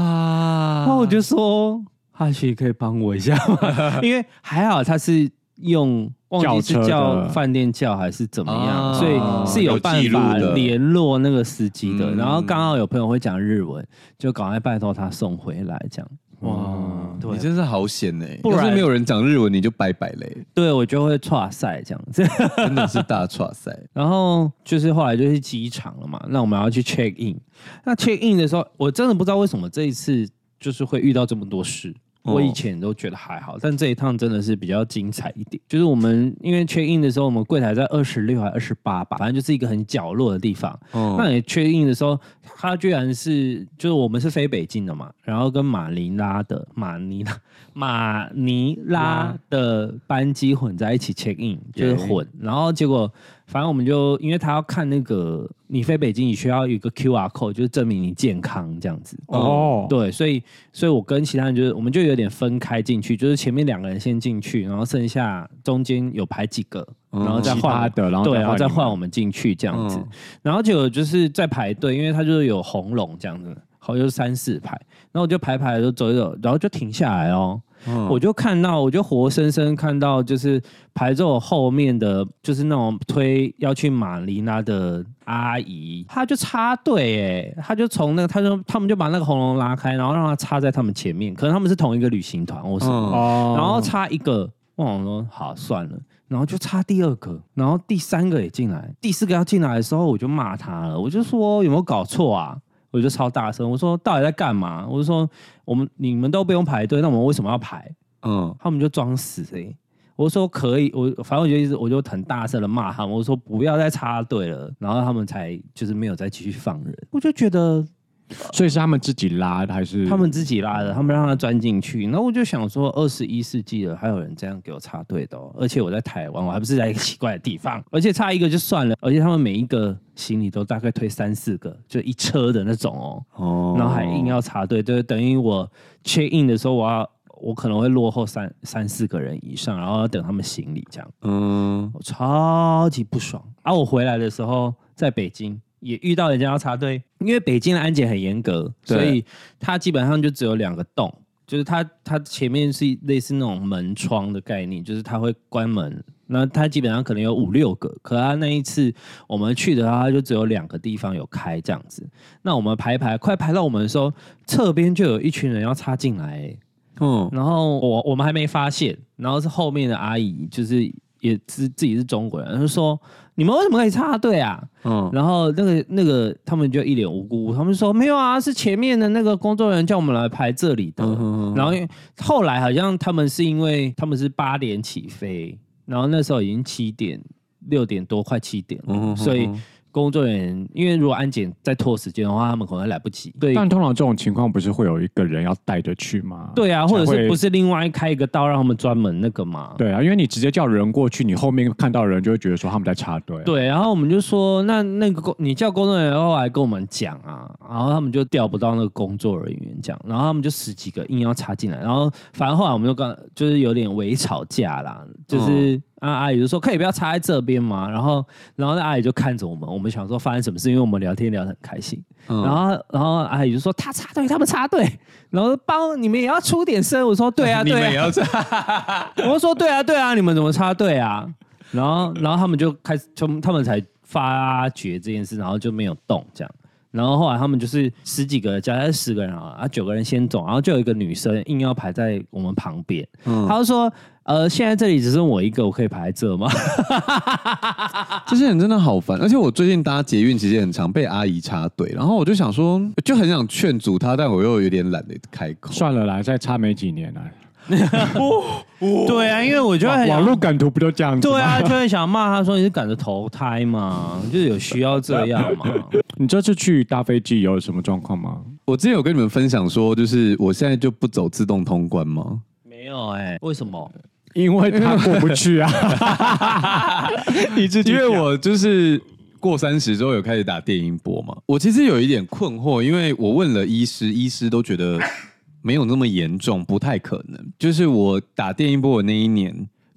B: 然后我就说哈旭可以帮我一下吗？因为还好他是用忘记
C: 叫
B: 是
C: 车
B: 叫
C: 的
B: 饭店叫还是怎么样，
A: 啊
B: 所以是有办
A: 有记
B: 法
A: 录的
B: 联络那个司机的。
A: 嗯
B: 然后刚好有朋友会讲日文，就赶快拜托他送回来这样。嗯哇，
A: 你
B: 对，
A: 真是好险哎！
B: 不然
A: 要是没有人讲日文，你就拜拜嘞，
B: 对我就会岔赛这样子。
A: 真的是大岔赛。
B: 然后就是后来就去机场了嘛，那我们要去 check in。那 check in 的时候，我真的不知道为什么这一次就是会遇到这么多事。
A: 哦
B: 我以前都觉得还好，但这一趟真的是比较精彩一点。就是我们因为 check in 的时候，我们柜台在二十六还二十八吧，反正就是一个很角落的地方。
A: [laughs]
B: 那
C: 嗯
A: 哦，
B: 你 check in 的时候，他居然是就是我们是飞北京的嘛，然后跟马尼拉的马尼拉马尼拉的班机混在一起 check in，就是混。然后结果反正我们就因为他要看那个你飞北京，你需要有一个 QR code，就是证明你健康这样子。
C: 哦，
B: 对，所以所以我跟其他人就是我们就有点分开进去，就是前面两个人先进去，然后剩下中间有排几个，
A: 嗯
B: 然后再
C: 其
B: 换
C: 他的然后
B: 对，
C: 再
B: 然后
C: 换
B: 再
C: 你们
B: 换我们进去这样子
A: 嗯。
B: 然后就就是在排队，因为他就是有红龙这样子，好像就是三四排，然后我就排排就走一走，然后就停下来哦。我
C: 嗯
A: 我
B: 就看到，我就活生生看到，就是排在我后面的，就是那种推要去马尼拉的阿姨，她就插队哎、她就从那个，她就他们就把那个红龙拉开，然后让她插在他们前面，可能他们是同一个旅行团或什么，
A: 嗯
C: 哦
B: 然后插一个，我想说好算了。然后就插第二个，然后第三个也进来，第四个要进来的时候，我就骂他了，我就说有没有搞错啊？我就超大声，我说到底在干嘛？我就说我们你们都不用排队，那我们为什么要排？
A: 嗯，
B: 他们就装死哎、我说可以，我反正我就一直我就很大声的骂他们，我说不要再插队了，然后他们才就是没有再继续放人。我就觉得
C: 所以是他们自己拉的还是
B: 他们自己拉的，他们让他钻进去。然后我就想说，二十一世纪了，还有人这样给我插队的、哦，而且我在台湾，我还不是在一个奇怪的地方， [laughs] 而且插一个就算了，而且他们每一个行李都大概推三四个，就一车的那种哦。
A: 哦
B: 然后还硬要插队，就是等于我 check in 的时候，我要我可能会落后三三四个人以上，然后要等他们行李这样，
A: 嗯，
B: 我超级不爽。啊，我回来的时候在北京也遇到人家要插队，因为北京的安检很严格，
A: 对
B: 所以它基本上就只有两个洞。就是它，它前面是类似那种门窗的概念，就是它会关门。那它基本上可能有五六个，可它那一次我们去的话，它就只有两个地方有开这样子。那我们排一排，快排到我们的时候，侧边就有一群人要插进来、欸
A: 嗯，
B: 然后我我们还没发现，然后是后面的阿姨，就是也是自己是中国人，她就说你们为什么可以插队啊？
A: 嗯，
B: 然后那个那个他们就一脸无辜，他们说没有啊，是前面的那个工作人员叫我们来排这里的。
A: 嗯哼
B: 然后因为后来好像他们是因为他们是八点起飞，然后那时候已经七点六点多快七点了，
A: 嗯哼
B: 所以
A: 嗯哼
B: 工作人员因为如果安检再拖时间的话，他们可能会来不及。对
C: 但通常这种情况不是会有一个人要带着去吗？
B: 对啊，或者
C: 才
B: 是
C: 会
B: 不是另外开一个道让他们专门那个嘛？
C: 对啊，因为你直接叫人过去，你后面看到人就会觉得说他们在插队。，
B: 对，然后我们就说，那那个工你叫工作人员后来跟我们讲啊，然后他们就调不到那个工作人员讲，然后他们就十几个硬要插进来，然后反正后来我们就跟就是有点微吵架啦，就是、啊阿姨就说可以不要插在这边嘛，然后然后那阿姨就看着我们，我们想说发生什么事，因为我们聊天聊得很开心，
A: 嗯
B: 然后然后阿姨就说他插队，他们插队，然后帮你们也要出点声，我说
A: [laughs]
B: 对啊
A: 你
B: 对啊，
A: 们也要这样，
B: 我就说对啊，对啊，你们怎么插队啊？然后，然后他们就开始，就他们才发觉这件事，然后就没有动这样。然后后来他们就是十几个，加上十个人啊，啊九个人先走，然后就有一个女生硬要排在我们旁边，
A: 嗯
B: 她就说：“呃，现在这里只剩我一个，我可以排在这吗 [laughs]
A: 这些人真的好烦，而且我最近搭捷运其实很常被阿姨插队，然后我就想说，就很想劝阻她，但我又有点懒得开口。
C: 算了啦，再差没几年了。？”
B: 对啊，因为我就会很
C: 网
B: 想
C: 络梗图不就这样子吗？
B: 对啊，就会想骂她说：“你是赶着投胎嘛？就是有需要这样嘛
C: [laughs]
B: [laughs]
C: 你这次去搭飞机有什么状况吗？
A: 我之前有跟你们分享说，就是我现在就不走自动通关吗？？”
B: 没有哎、为什么？
C: 因为他过不
B: [laughs]
C: 去啊，你自己
A: 因
C: 讲
A: 为我就是过三十之后有开始打电音波嘛，我其实有一点困惑，因为我问了医师，医师都觉得没有那么严重，不太可能。就是我打电音波的那一年，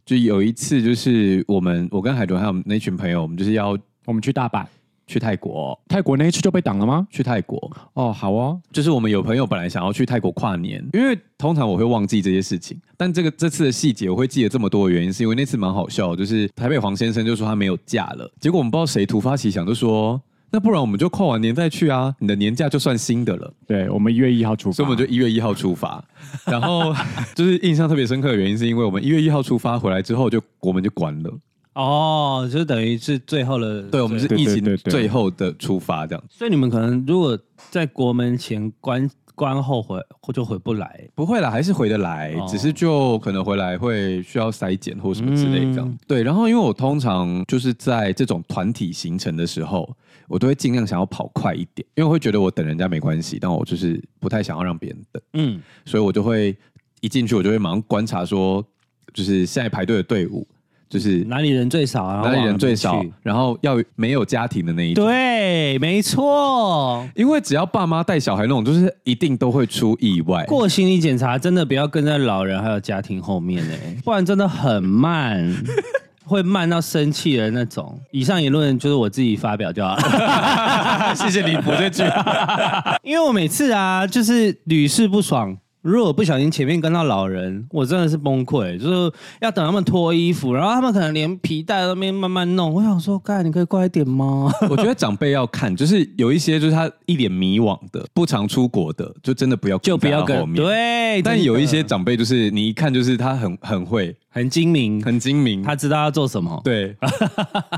A: 就有一次，就是我们我跟海豚还有我们那群朋友，我们就是要
C: 我们去大阪，
A: 去泰国，
C: 泰国那一次就被挡了吗？
A: 去泰国，
C: 哦，好哦，
A: 就是我们有朋友本来想要去泰国跨年，因为通常我会忘记这些事情，但这个这次的细节我会记得这么多的原因，是因为那次蛮好笑的，就是台北黄先生就说他没有假了，结果我们不知道谁突发奇想就说。那不然我们就跨完年再去啊，你的年假就算新的了，
C: 对，我们一月一号出发，
A: 所以我们就一月一号出
C: [laughs]
A: 发。然后就是印象特别深刻的原因，是因为我们一月一号出发回来之后就国门就关了，
B: 哦，就等于是最后的
A: 对我们是
C: 对
A: 疫
C: 对
A: 情
C: 对对
A: 最后的出发这样。
B: 所以你们可能如果在国门前关关后回，或就回不来。
A: 不会啦，还是回得来，
B: 哦
A: 只是就可能回来会需要筛检或什么之类这样。
B: 嗯
A: 对，然后因为我通常就是在这种团体行程的时候，我都会尽量想要跑快一点，因为我会觉得我等人家没关系，但我就是不太想要让别人等，
B: 嗯，
A: 所以我就会一进去我就会马上观察说，就是现在排队的队伍，就是
B: 哪里人最少，嗯然后
A: 哪里人最
B: 往
A: 少
B: 哪边去，
A: 然后要没有家庭的那一种。
B: 对，没错。
A: 因为只要爸妈带小孩那种，就是一定都会出意外。
B: 过心理检查真的不要跟在老人还有家庭后面
A: [laughs]
B: 哎、不然真的很慢，会慢到生气的那种。以上言论就是我自己发表就好了。
A: [laughs] 谢谢你补这句。
B: 因为我每次啊，就是屡试不爽。如果不小心前面跟到老人，我真的是崩溃，就是要等他们脱衣服，然后他们可能连皮带都没慢慢弄。我想说，盖，你可以快一
A: [laughs]
B: 点吗？
A: 我觉得长辈要看，就是有一些就是他一脸迷惘的，不常出国的，就真的不要
B: 就不要
A: 在他
B: 跟
A: 后面。
B: 对，
A: 但
B: 真的
A: 有一些长辈就是你一看就是他很很会，
B: 很精明，
A: 很精明，
B: 他知道要做什么。 [laughs]
A: 对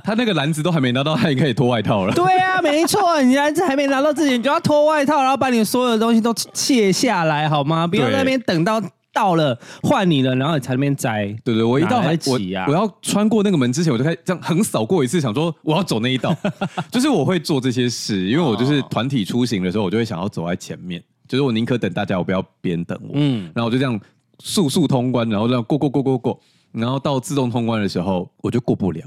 A: 他那个篮子都还没拿到，他已经可以脱外套了。
B: 对啊，没错，你还还没拿到之前，你就要脱外套，然后把你所有的东西都卸下来，好吗？不要在那边等到到了换你了，然后你才在那边摘。
A: 对对，我一到
B: 哪来
A: 还
B: 得
A: 我
B: 及啊
A: 我要穿过那个门之前，我就开始这样横扫过一次，想说我要走那一
B: [laughs]
A: 道，就是我会做这些事，因为我
B: 哦
A: 就是团体出行的时候，我就会想要走在前面，就是我宁可等大家，我不要别人等我。
B: 嗯，
A: 然后我就这样速速通关，然后这样过过过过过，然后到自动通关的时候，我就过不了。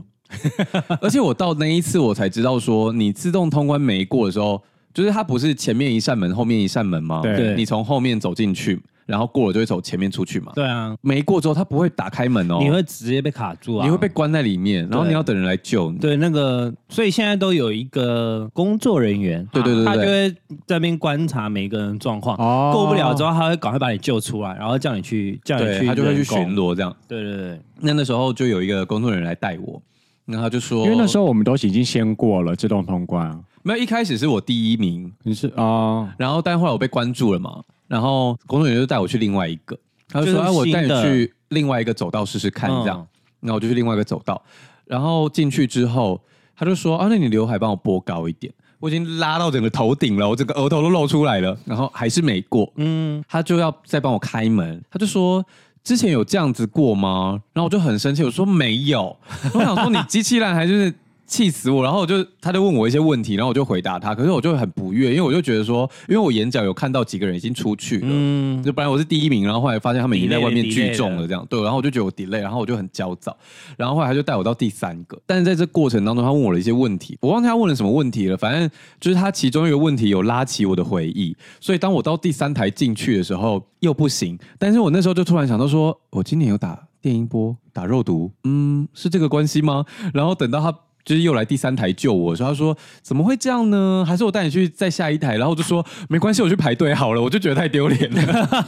A: [laughs] 而且我到那一次我才知道说，你自动通关没过的时候，就是它不是前面一扇门，后面一扇门吗？
C: 对
B: 对
A: 你从后面走进去，然后过了就会从前面出去嘛。
B: 对啊，
A: 没过之后，它不会打开门哦，
B: 你会直接被卡住啊，
A: 你会被关在里面，然后
B: 对
A: 你要等人来救你。
B: 对，那个，所以现在都有一个工作人员，
A: 对对对对
B: 他就会在那边观察每个人的状况，
C: 哦
B: 过不了之后，他会赶快把你救出来，然后叫你去，叫你去，
A: 对，他就会去巡。逻这样。
B: 对对对，
A: 那那时候就有一个工作人员来带我，然后他就说，
C: 因为那时候我们都已经先过了自动通关，
A: 没有一开始是我第一名，
C: 你是
B: 嗯
C: 哦，
A: 然后但后来我被关注了嘛，然后工作人员就带我去另外一个，他就说：“
B: 就是
A: 啊，我带你
B: 新的
A: 去另外一个走道试试看，这样。
B: 嗯
A: 然后我就去另外一个走道，然后进去之后，他就说啊，那你刘海帮我拨高一点，我已经拉到整个头顶了，我整个额头都露出来了，然后还是没过，
B: 嗯，
A: 他就要再帮我开门，他就说。之前有这样子过吗？然后我就很生气，我说没有。 [laughs] 我想说你机器烂还就是气死我。然后我就他就问我一些问题，然后我就回答他，可是我就很不悦，因为我就觉得说，因为我眼角有看到几个人已经出去了，
B: 嗯
A: 就本来我是第一名，然后后来发现他们已经在外面
B: Delay 了
A: 聚众了，这样对，然后我就觉得我 delay，然后我就很焦躁，然后后来他就带我到第三个，但是在这过程当中，他问我了一些问题，我忘记他问了什么问题了，反正就是他其中一个问题有拉起我的回忆，所以当我到第三台进去的时候又不行，但是我那时候就突然想到说，我今年有打电音波打肉毒，嗯，是这个关系吗？然后等到他。就是又来第三台救我，说他说怎么会这样呢？还是我带你去再下一台？然后我就说没关系，我去排队好了。我就觉得太丢脸了。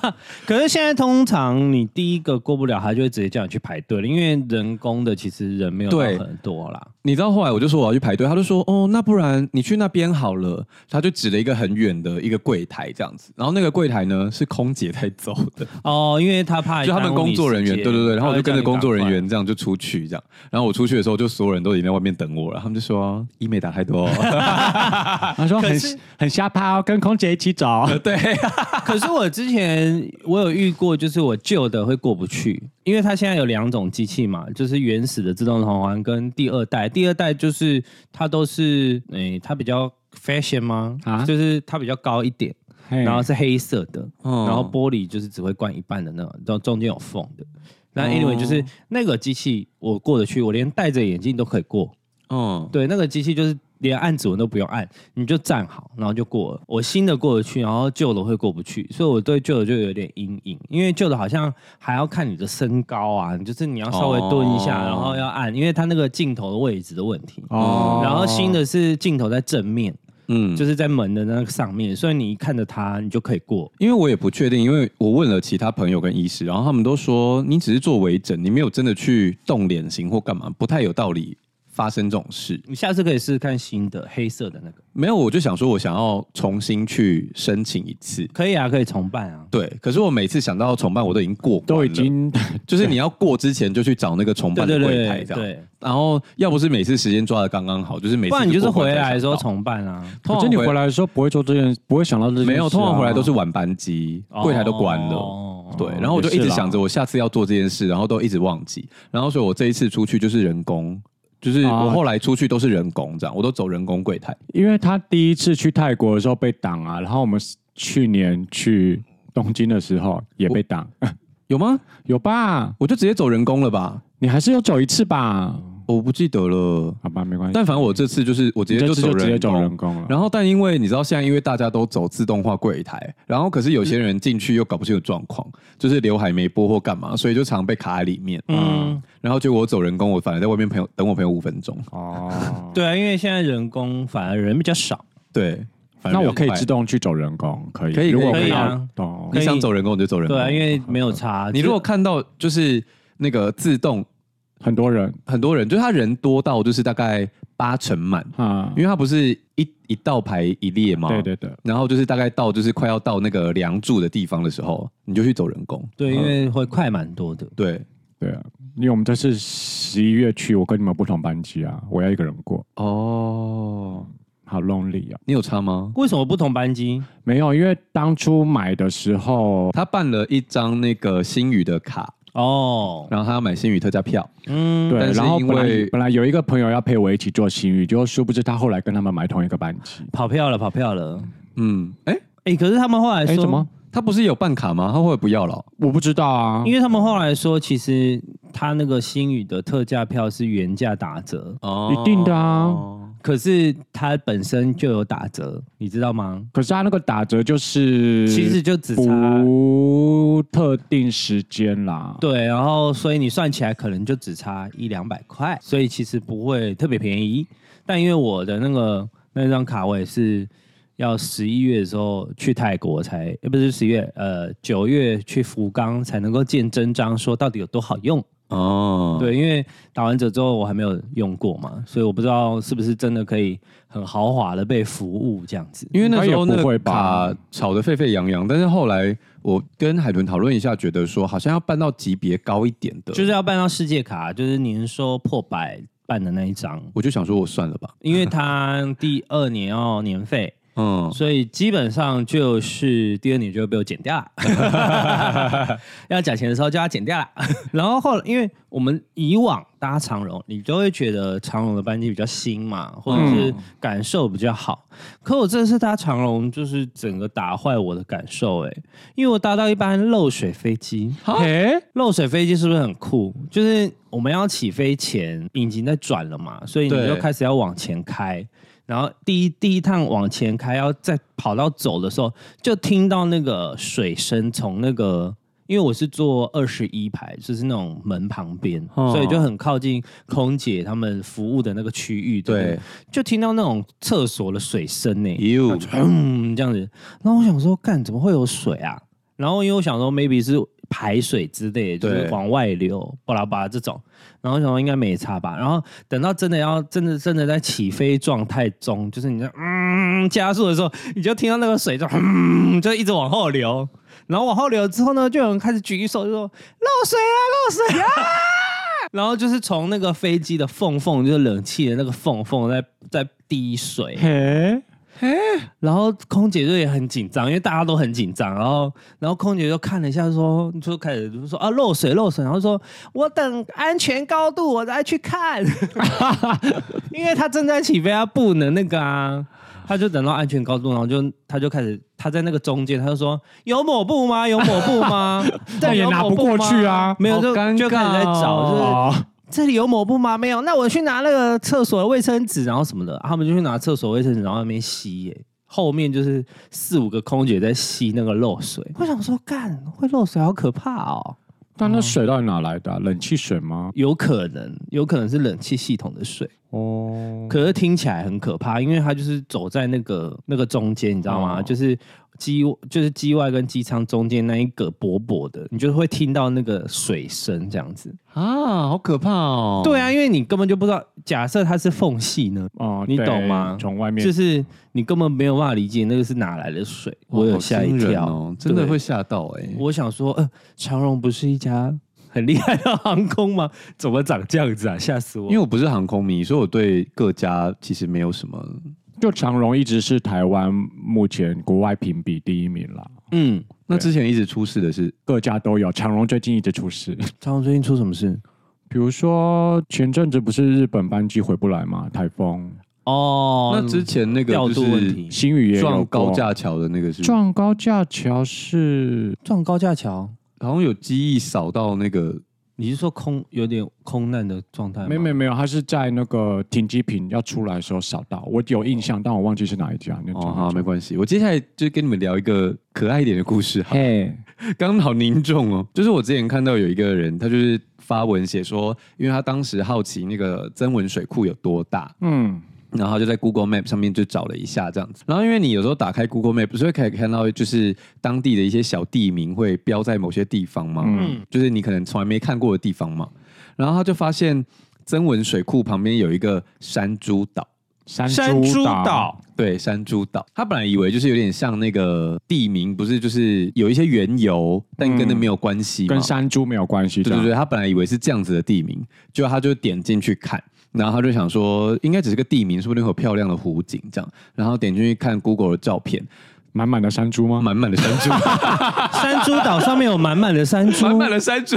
B: 可是现在通常你第一个过不了，他就会直接叫你去排队了，因为人工的其实人没有到
A: 对
B: 很多啦。
A: 你知道后来我就说我要去排队，他就说哦，那不然你去那边好了。他就指了一个很远的一个柜台这样子，然后那个柜台呢是空姐在走 [laughs] 的，
B: 哦，因为他怕
A: 就他们
B: 耽误你
A: 工作人员，
B: 时间
A: 对对对，然后我就跟着工作人。
B: 他会叫你赶快
A: 员这样就出去这样，然后我出去的时候就所有人都已经在外面等我了，他们就 [laughs] 说哦医美打太多、
C: 啊他说
B: 可
C: 很
B: 是
C: 很瞎趴哦，跟空姐一起走。
A: 对，
B: [laughs] 可是我之前我有遇过，就是我旧的会过不去，因为它现在有两种机器嘛，就是原始的自动头环跟第二代。第二代就是它都是诶、它比较 fashion 吗？
C: 啊嗯
B: 就是它比较高一点，
C: 嘿
B: 然后是黑色的，
A: [laughs] 嗯
B: 然后玻璃就是只会灌一半的那种，然后中间有缝的。那
A: 哦
B: anyway 就是那个机器我过得去，我连戴着眼镜都可以过。
A: 嗯，
B: 对，那个机器就是连按指纹都不用按，你就站好，然后就过了。我新的过得去，然后旧的会过不去，所以我对旧的就有点阴影，因为旧的好像还要看你的身高啊，你就是你要稍微蹲一下，
A: 哦
B: 然后要按，因为它那个镜头的位置的问题。嗯
C: 哦
B: 然后新的是镜头在正面，
A: 嗯，
B: 就是在门的那个上面，所以你一看着它，你就可以过。
A: 因为我也不确定，因为我问了其他朋友跟医师，然后他们都说你只是做微整，你没有真的去动脸型或干嘛，不太有道理发生这种事。
B: 你下次可以试试看新的黑色的那个，
A: 没有，我就想说，我想要重新去申请一次。
B: 可以啊，可以重办啊。
A: 对，可是我每次想到重办，我都已经过关了
C: 都已，经 [laughs]
A: 就是你要过之前就去找那个重
B: 对
A: 办
B: 对
A: 的柜
B: 对
A: 台
B: 对
A: 这样。
B: 对，
A: 然后要不是每次时间抓的刚刚好，就是每次
B: 不然你就是
A: 过关
B: 回
A: 才
B: 来的时候
A: 想到
B: 重办啊。
A: 通常
C: 可是你回
A: 回来
C: 来的时候不会做这件，不会想到这件事啊、
A: 没有，通常回来都是晚班机，柜台都关了。
B: 哦
A: 对，然后我就一
C: 也
A: 直
C: 是啦
A: 想着我下次要做这件事，然后都一直忘记，然后所以我这一次出去就是人工，就是
C: 哦
A: 我后来出去都是人工这样，我都走人工柜台。
C: 因为他第一次去泰国的时候被挡啊，然后我们去年去东京的时候也被挡，
A: 有吗？
C: 有吧？
A: 我就直接走人工了吧？
C: 你还是有走一次吧？
A: 我不记得了，
C: 好吧，没关系。
A: 但反正我这次就是我直接
C: 你这
A: 就
C: 次
A: 走
C: 就直接
A: 人
C: 走人
A: 工。
C: 工了。
A: 然后，但因为你知道，现在因为大家都走自动化柜台，然后可是有些人进去又搞不清楚状况，就是刘海没拨或干嘛，所以就常被卡在里面。
B: 嗯，
A: 然后结果我走人工，我反而在外面朋友等我朋友五分钟。
C: 哦，
B: 对啊，因为现在人工反而人比较少，
A: 对，反
C: 那
A: 正
C: 我可以
A: 很快
C: 自动去走人工，可以，
A: 可以
C: 如果
A: 可以
C: 我
B: 啊
C: 看到哦
B: 可以
A: 你想走人工你就走人工。嗯
B: 对啊，因为没有差。
A: 你如果看到就是那个自动
C: 很多人
A: 很多人，就是他人多到就是大概八成满，
C: 啊
A: 因，为他不是一一道排一列嘛，
C: 对对对，
A: 然后就是大概到就是快要到那个梁柱的地方的时候，你就去走人工。
B: 对，因为会快蛮多的。
A: 对，
C: 对啊，因为我们这次十一月去，我跟你们不同班级啊，我要一个人过，
A: 哦，
C: 好 lonely 啊。
A: 你有差吗？
B: 为什么不同班级？
C: 没有，因为当初买的时候，
A: 他办了一张那个星宇的卡，
B: 哦，
A: 然后他要买星宇特价票。
B: 嗯，
C: 对
A: 但，是
C: 然后
A: 因
C: 本来
A: 为
C: 本来有一个朋友要陪我一起做新语，就殊不知他后来跟他们买同一个班级。
B: 跑票了，跑票了。
A: 嗯，哎，
B: 哎，可是他们后来
C: 哎，
B: 说
C: 怎么？？
A: 他不是有办卡吗？他会不会不要了？
C: 我不知道啊，
B: 因为他们后来说，其实他那个星宇的特价票是原价打折，
A: 哦
C: 一定的啊。
B: 可是它本身就有打折，你知道吗？
C: 可是他那个打折就是
B: 其实就只差
C: 不特定时间啦。
B: 对，然后所以你算起来可能就只差一两百块，所以其实不会特别便宜。但因为我的那个那张卡，我也是要十一月的时候去泰国才，呃，不是十一月，呃，九月去福冈才能够见真章，说到底有多好用。
A: 哦，
B: 对，因为打完折之后我还没有用过嘛，所以我不知道是不是真的可以很豪华的被服务这样子。
A: 因为那时候那
C: 应该也不
A: 个
C: 会吧
A: 卡吵得沸沸扬扬，但是后来我跟海豚讨论一下，觉得说好像要办到级别高一点的，
B: 就是要办到世界卡，就是您说破百办的那一张，
A: 我就想说，我算了吧。
B: 因为他第二年要年费，
A: 嗯，
B: 所以基本上就是第二年就会被我减掉了。 [laughs] 要讲钱的时候就要减掉了。 [laughs] 然后后来，因为我们以往搭长荣，你都会觉得长荣的班机比较新嘛，或者是感受比较好。可我这次搭长荣，就是整个打坏我的感受哎、因为我搭到一班漏水飞机。
C: 哎，
B: 漏水飞机是不是很酷？就是我们要起飞前引擎在转了嘛，所以你
A: 对
B: 就开始要往前开。然后第一第一趟往前开，要再跑到走的时候，就听到那个水声从那个，因为我是坐二十一排，就是那种门旁边，
A: 哦
B: 所以就很靠近空姐他们服务的那个区域，不
A: 对，
B: 就听到那种厕所的水声呢、
A: ，you，
B: 嗯，这样子。然后我想说，干怎么会有水啊？然后因为我想说，maybe 是排水之类的，就是
A: 对
B: 往外流，巴拉巴拉这种。然后我想说应该没差吧。然后等到真的要真的真的在起飞状态中，就是你在嗯加速的时候，你就听到那个水就嗯就一直往后流。然后往后流之后呢，就有人开始举手就说漏水啊，漏水啊。 [laughs] 然后就是从那个飞机的缝缝，就是冷气的那个缝缝在在滴水，
C: 嘿，
B: 然后空姐就也很紧张，因为大家都很紧张。然后，然后空姐就看了一下说，就开始就说啊漏水漏水，然后说我等安全高度我再去
C: [laughs]
B: 看， [laughs] 因为他正在起飞，他不能那个啊，他就等到安全高度，然后就他就开始他在那个中间，他就说有抹布吗？有抹布
C: [laughs]
B: 吗？
C: 但哦也
B: 有
C: 拿
B: 抹
C: 不
B: 布
C: 过
B: 吗
C: 去啊
B: 没有
A: 好
B: 就
A: 尴
B: 就开始在
A: 尬
B: 找，就是
C: 哦，
B: 这里有抹布吗？没有，那我去拿那个厕所的卫生纸，然后什么的，啊他们就去拿厕所卫生纸，然后在那边吸耶、后面就是四五个空姐在吸那个漏水，我想说，干会漏水好可怕哦！
C: 但那水到底哪来的啊？冷气水吗？
B: 有可能，有可能是冷气系统的水，
C: 哦，
B: 可是听起来很可怕，因为它就是走在那个那个中间，你知道吗？
C: 哦
B: 就是机就是机外跟机舱中间那一个薄薄的，你就会听到那个水声这样子。
A: 啊，好可怕哦。
B: 对啊，因为你根本就不知道，假设它是缝隙呢，
C: 哦，
B: 你
C: 对
B: 懂吗
C: 从外面
B: 就是你根本没有办法理解那个是哪来的水，
A: 哇，
B: 我有
A: 好
B: 吓一
A: 惊人
B: 跳，
A: 哦，真的
B: 对
A: 会。吓到哎。
B: 我想说，呃，长荣不是一家很厉害的航空吗？ [laughs] 怎么长这样子啊？吓死我！
A: 因为我不是航空迷，所以我对各家其实没有什么
C: 就长荣一直是台湾目前国外评比第一名啦，
B: 嗯，
A: 那之前一直出事的是，
C: 各家都有。长荣最近一直出事， [laughs]
B: 长荣最近出什么事？
C: 比如说前阵子不是日本班机回不来嘛，台风，
B: 哦，
A: 那之前那个
B: 调
A: 就
B: 度问
A: 是
B: 题，
C: 新宇也有
A: 撞
C: 过
A: 高架桥的那个是不是，
C: 撞高架桥是
B: 撞高架桥，
A: 好像有机翼扫到那个，
B: 你是说空有点空难的状态吗？
C: 没没没有，它是在那个停机坪要出来的时候扫到，我有印象，但我忘记是哪一家那种。
A: 哦，好，没关系。我接下来就跟你们聊一个可爱一点的故事哈。
C: 嘿，
A: 刚好凝重哦，就是我之前看到有一个人，他就是发文写说，因为他当时好奇那个增文水库有多大，
C: 嗯，
A: 然后他就在 Google Map 上面就找了一下这样子。然后因为你有时候打开 Google Map，不是会可以看到就是当地的一些小地名会标在某些地方吗？
C: 嗯
A: 就是你可能从来没看过的地方嘛。然后他就发现增文水库旁边有一个山猪岛。嗯
C: 山
B: 山
C: 猪
B: 猪
C: 岛，
B: 岛，
A: 对，山猪岛。他本来以为就是有点像那个地名，不是就是有一些缘由，但跟那没有关系、嘛。
C: 跟山猪没有关系，
A: 对对对，他本来以为是这样子的地名，结果他就点进去看，然后他就想说，应该只是个地名，说不定会有漂亮的湖景这样。然后点进去看 Google 的照片，
C: 满满的山猪吗？
A: 满满的山猪，
B: [laughs] 山猪岛上面有满满的山
A: [laughs]
B: 猪，
A: 满满的山猪，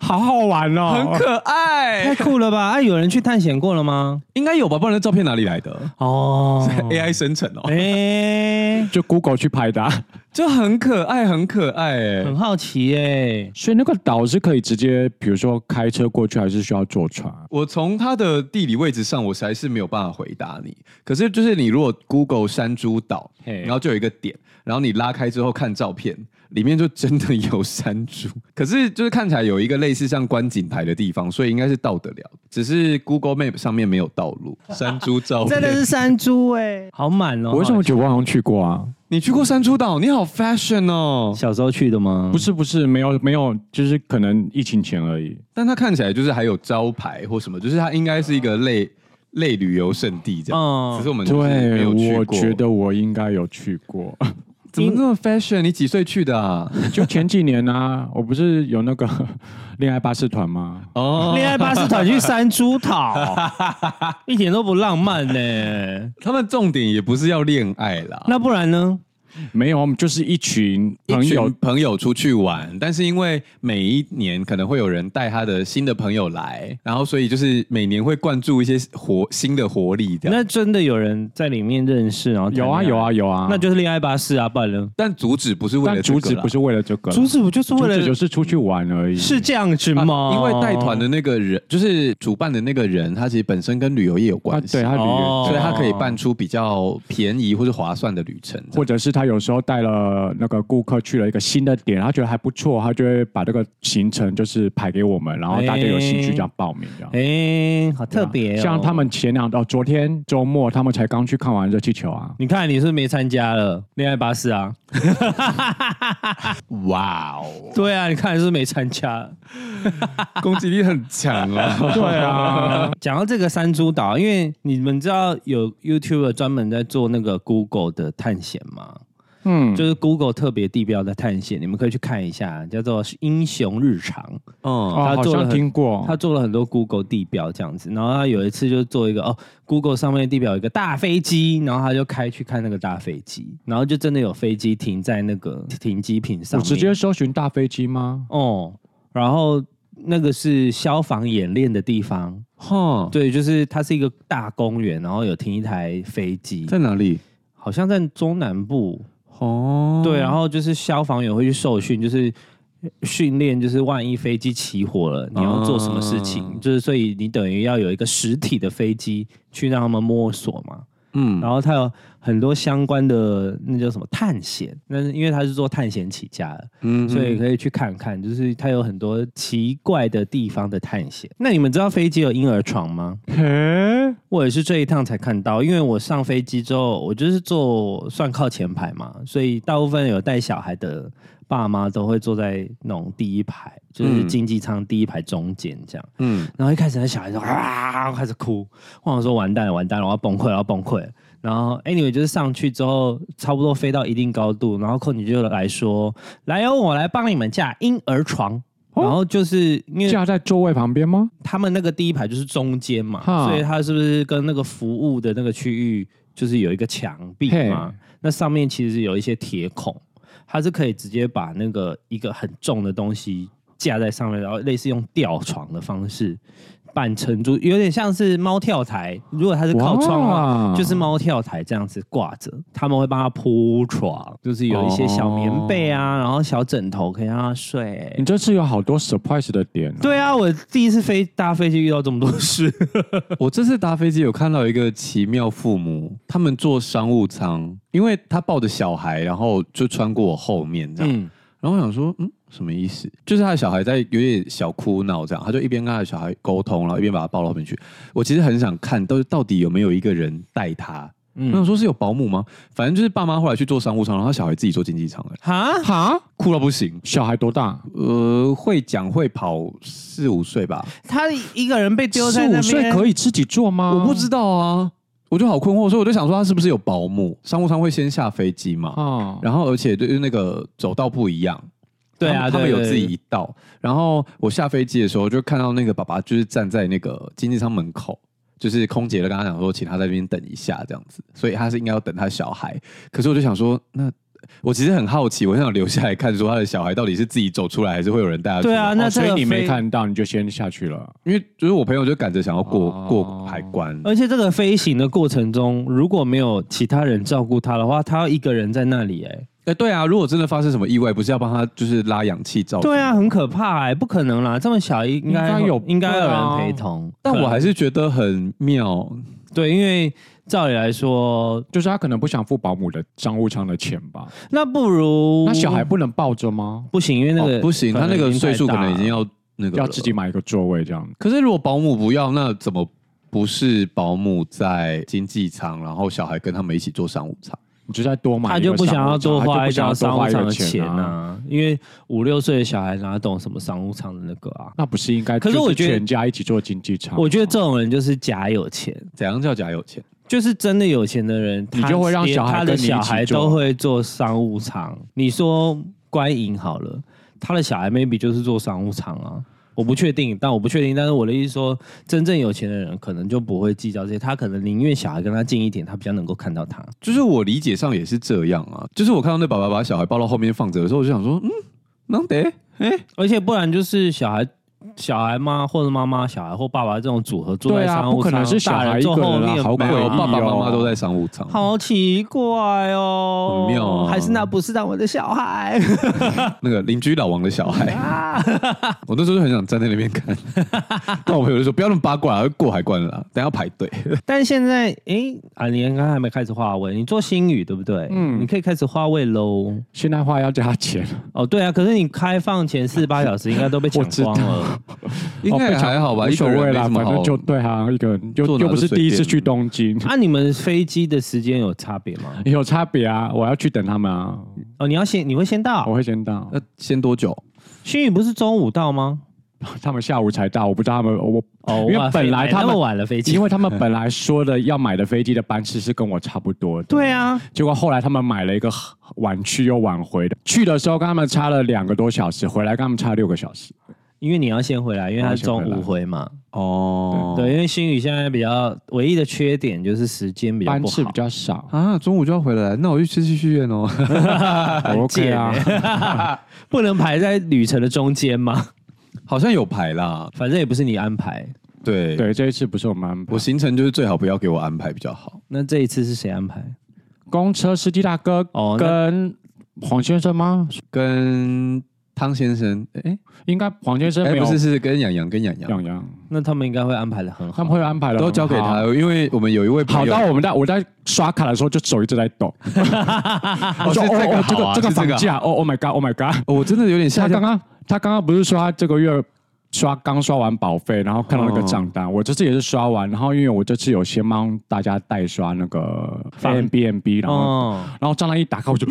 C: 好好玩哦，
A: 很可爱。
B: 太酷了吧！啊，有人去探险过了吗？
A: 应该有吧？不然那照片哪里来的、
B: [laughs] 哦，
A: [laughs] a i 生成哦，
B: 哎、
C: 就 Google 去拍的啊、
A: 就很可爱，很可爱哎、
B: 很好奇哎、
C: 所以那个岛是可以直接，比如说开车过去，还是需要坐船？
A: 我从它的地理位置上，我实在是没有办法回答你。可是就是你如果 Google 山猪岛，
C: 嘿
A: 然后就有一个点，然后你拉开之后看照片，里面就真的有山猪。可是就是看起来有一个类似像观景台的地方，所以应该是到得了。只是 Google Map 上面没有道路，山猪照片。
B: 真的是山猪哎、 [laughs] 好满哦！
C: 我为什么觉得我好像去过啊？
A: 你去过山猪岛？你好 fashion 哦！
B: 小时候去的吗？
C: 不，是不是，没有没有，就是可能疫情前而已。
A: 但它看起来就是还有招牌或什么，就是它应该是一个类类旅游胜地这样。
B: 嗯
A: 只是我们就是没
C: 对，
A: 有去
C: 我
A: 过。
C: 觉得我应该有去过。 [laughs]
A: 怎么那么 fashion？你几岁去的啊？
C: 就前几年啊，我不是有那个 [laughs] 恋爱巴士团吗？
A: 哦，
B: [laughs] 恋爱巴士团去山猪岛，一点都不浪漫呢、
A: [laughs] 他们重点也不是要恋爱啦，
B: 那不然呢？
C: 没有，我们就是一群
A: 一
C: 朋
A: 群
C: 友，
A: 朋友出去玩，但是因为每一年可能会有人带他的新的朋友来，然后所以就是每年会灌注一些活新的活力这样。
B: 那真的有人在里面认识，然后谈
C: 有啊
B: 恋
C: 有
B: 爱
C: 啊，有啊，
B: 那就是恋爱巴士啊，不然呢？
A: 但主旨不是为了
C: 但
A: 这个
C: 主
A: 啦
C: 旨不是为了这个啦，
B: 主旨不就是为
C: 主旨
B: 了
C: 就是出去玩而已。
B: 是这样子
A: 啊
B: 吗？
A: 因为带团的那个人就是主办的那个人，他其实本身跟旅游业有
C: 啊，
A: 关系，
C: 对他旅游
B: 哦，
A: 所以他可以办出比较便宜或者划算的旅程这样。
C: 或者是他有时候带了那个顾客去了一个新的点，他觉得还不错，他就会把这个行程就是排给我们，然后大家有兴趣这样报名这样。啊
B: 哎、好特别、哦
C: 像他，们前两到昨天周末，他们才刚去看完热气球啊。
B: 你看你是不是没参加了恋爱巴士啊？
A: 哇哦，
B: 对啊，你看你是不是没参加。
A: 攻击力很强啊！
C: 对啊，
B: 讲到这个山猪岛，因为你们知道有 YouTuber 专门在做那个 Google 的探险吗？
C: [laughs] 嗯，
B: 就是 Google 特别地标的探险，你们可以去看一下，叫做《英雄日常》。
A: 嗯，
C: 哦，
B: 他
C: 好
B: 做了
C: 像
B: 很
C: 听过，
B: 他做了很多 Google 地标这样子，然后他有一次就做一个哦，Google 上面的地标有一个大飞机，然后他就开去看那个大飞机，然后就真的有飞机停在那个停机坪上
C: 我
B: 面，
C: 直接搜寻大飞机吗？
B: 哦，然后那个是消防演练的地方，
A: [laughs] 哈，
B: 对，就是它是一个大公园，然后有停一台飞机，
A: 在哪里？
B: 好像在中南部，
A: 哦，
B: 对，然后就是消防员会去受训，就是训练，就是万一飞机起火了，你要做什么事情？
A: 嗯
B: 就是所以你等于要有一个实体的飞机去让他们摸索嘛。
A: 嗯，
B: 然后它有很多相关的那叫什么探险，那是因为它是做探险起家的，
A: 嗯
B: 所以可以去看看，就是它有很多奇怪的地方的探险。那你们知道飞机有婴儿床吗？
C: 嘿，
B: 我也是这一趟才看到，因为我上飞机之后，我就是坐算靠前排嘛，所以大部分有带小孩的爸妈都会坐在那种第一排，就是经济舱第一排中间这样。
A: 嗯，
B: 然后一开始那小孩就啊开始哭，我想说完蛋了完蛋了，我要崩溃了我要崩溃了。然后 anyway 就是上去之后，差不多飞到一定高度，然后空姐就来说：“来哦，我来帮你们架婴儿床。”
C: 哦
B: 然后就是因为
C: 架在座位旁边吗？
B: 他们那个第一排就是中间嘛，
C: 哈
B: 所以它是不是跟那个服务的那个区域就是有一个墙壁嘛
C: 嘿？
B: 那上面其实有一些铁孔，它是可以直接把那个一个很重的东西架在上面，然后类似用吊床的方式半撑住，有点像是猫跳台。如果它是靠窗的话，
C: 哇
B: 就是猫跳台这样子挂着，他们会帮它铺床，就是有一些小棉被啊，然后小枕头可以让它睡。
C: 你这次有好多 surprise 的点、啊。
B: 对啊，我第一次飞搭飞机遇到这么多
A: [laughs]
B: 事，
A: 我这次搭飞机有看到一个奇妙父母，他们坐商务舱，因为他抱着小孩，然后就穿过我后面这样。
B: 嗯，
A: 然后我想说，嗯，什么意思？就是他的小孩在有点小哭闹这样，他就一边跟他的小孩沟通，然后一边把他抱到后面去。我其实很想看到到底有没有一个人带他。
B: 嗯
A: 我想说是有保姆吗？反正就是爸妈后来去坐商务舱，然后他小孩自己坐经济舱了，
B: 哈， [laughs]
C: 哈，
A: 哭到不行。
C: 小孩多大？
A: 呃，会讲会跑四五岁吧，
B: 他一个人被丢在
C: 四
B: 那
C: 五岁
B: 边，
C: 可以自己做吗？
A: 我不知道啊，我就好困惑，所以我就想说他是不是有保姆？商务舱会先下飞机嘛？
C: 啊。
A: 然后而且就是那个走道不一样，
B: 对
A: 他
B: 啊，
A: 们他们有
B: 对
A: 自己，一道。然后我下飞机的时候就看到那个爸爸就是站在那个经济舱门口。就是空姐就跟他讲说，请他在那边等一下，这样子，所以他是应该要等他小孩。可是我就想说，那我其实很好奇，我很想留下来看，说他的小孩到底是自己走出来，还是会有人带他出
B: 对
A: 来？
B: 啊，
C: 哦
B: 那这
C: 所以
B: 个
C: 你没
B: 飞，
C: 看到，你就先下去了。
A: 因为就是我朋友就赶着想要过、
C: 哦
A: 过海关，
B: 而且这个飞行的过程中，如果没有其他人照顾他的话，他要一个人在那里、哎，
A: 哎、对啊，如果真的发生什么意外，不是要帮他就是拉氧气罩？
B: 对。啊，很可怕、哎，不可能啦，这么小应该
C: 应该有
B: 应该有
C: 对啊
B: 人陪同，
A: 但我还
B: 是
A: 是觉得很妙，
B: 对，因为照理来说，
C: 就是他可能不想付保姆的商务舱的钱吧？
B: 那不如
C: 那小孩不能抱着吗？
B: 不行，因为那个、
A: 哦不行，他那个岁数可能已经
B: 要。
A: 要那个
C: 要
A: 了
C: 自己。买一个座位这样。
A: 可是如果保姆不要，那怎么不是保姆在经济舱，然后小孩跟他们一起坐商务舱？
C: 你就再多买
B: 他
C: 一个
B: 就不想要多花一张商
C: 商
B: 务
C: 务舱，他就不想要多花一
B: 舱
C: 个
B: 的钱
C: 啊。
B: 啊，因为五六岁的小孩哪懂什么商务舱的那个啊？
C: 那不是应该？
B: 可是我觉得
C: 全家一起坐经济舱。
B: 我觉得这种人就是假有钱，
A: 怎样叫假有钱？
B: 就是真的有钱的人，
C: 你
B: 他
C: 就会让
B: 连
C: 小孩
B: 他的
C: 跟你一
B: 小
C: 起
B: 孩
C: 做
B: 都会做商务舱。你说观影好了，他的小孩 maybe 就是做商务舱啊。我不确定，但我不确定。但是我的意思说，真正有钱的人可能就不会计较这些，他可能宁愿小孩跟他近一点，他比较能够看到他。
A: 就是我理解上也是这样啊。就是我看到那爸爸把小孩抱到后面放着的时候，我就想说，嗯，能得，
B: 而且不然就是小孩、小孩妈或者妈妈、小孩或爸爸这种组合坐在
C: 对啊
B: 商务舱，
C: 不可能是小
B: 大
C: 孩
B: 人
C: 一个
B: 坐
C: 人啊
B: 后面，
C: 好
A: 没有，
C: 诡异
A: 爸爸妈妈
C: 哦
A: 都在商务舱。
B: 好奇怪哦，
A: 很妙啊
B: 还是那不是让我的小
C: [laughs]
B: 孩啊
A: 那个邻居老王的小孩，我那时候就很想站在那边
C: [laughs]
A: 看，但我朋友就说不要那么八卦，要过海关了啊啦，等下要排队。
B: 但现在，诶，啊，你刚刚还没开始化位，你做新语对不对？嗯，
C: 嗯
B: 你可以开始化位喽。
C: 现代化要加钱，
B: 哦，对啊，可是你开放前四十八小时应该
C: [laughs]
B: 都被抢
C: 我知道
B: 光了。
A: 应该也哦还好吧，
C: 哦无
A: 一
C: 所
A: 个
C: 谓
A: 人没
C: 啦，
A: 什么
C: 反
A: 好
C: 正就对啊，一个人就
A: 坐哪
C: 又不
A: 都
C: 是
A: 随
C: 第一次
A: 便
C: 去东京， [laughs]
B: 啊，你们飞机的时间有差别吗？
C: 有差别啊，我要去等他们啊，
B: 哦，你要先，你会先
C: 我
B: 到。
C: 会先到， [laughs]
A: 那先多久？
B: 新宇不是中午到吗？
C: 他们下午才到，我不知道他们我
B: 哦，
C: 因为
B: 哇
C: 本来
B: 飞
C: 他们
B: 那么晚了飞机
C: 因，为他们本来说的要买的飞机的班次是跟我差不多的，
B: 对啊，
C: 结果后来他们买了一个晚去又晚回的，去的时候跟他们差了两个多小时，回来跟他们差六个小时。
B: 因为你要先回来，因为
C: 我
B: 他
C: 要
B: 是
C: 先
B: 中
C: 回来
B: 午回嘛。
A: 哦，。
B: 对，因为新宇现在比较唯一的缺点就是时间比较
C: 班
B: 不好
C: 次比。较少
A: 啊，中午就要回来，那我去吃去续宴哦。 [laughs]
C: 我 OK 啊， [laughs]
B: 不能排在旅程的中间吗？
A: 好像有排啦，
B: 反正也不是你安排。
A: 对，
C: 对，这一次不是我们安排
A: 我。行程就是最好不要给我安排比较好。
B: 那这一次是谁安排？
C: 公车司机大哥
B: 哦那
C: 跟黄先生吗？
A: 跟汤先生，哎、
C: 应该黄先生
A: 哎
C: 没有。
A: 不是，是跟洋洋，跟洋洋
C: 杨洋，
B: 那他们应该会安排的很
C: 他
B: 好。
C: 们会安排的，
A: 都交给他，。因为我们有一位
C: 好
A: 朋友，
C: 到我们在我在刷卡的时候，就手一直在抖。
A: 哦
C: 我
A: 是
C: 说哦
A: 这个
C: 哦，这
A: 好啊
C: 个这个
A: 是这个
C: 房价，哦 Oh my God，Oh my God。
A: 哦我真的有点吓
C: 他
A: 到
C: 刚。刚他刚刚不是说他这个月刷刚刷完保费，然后看到那个账
A: 哦
C: 单，我这次也是刷完，然后因为我这次有先帮大家代刷那个
B: 房
C: a b n b 然后
B: 哦
C: 然后账单一打开我就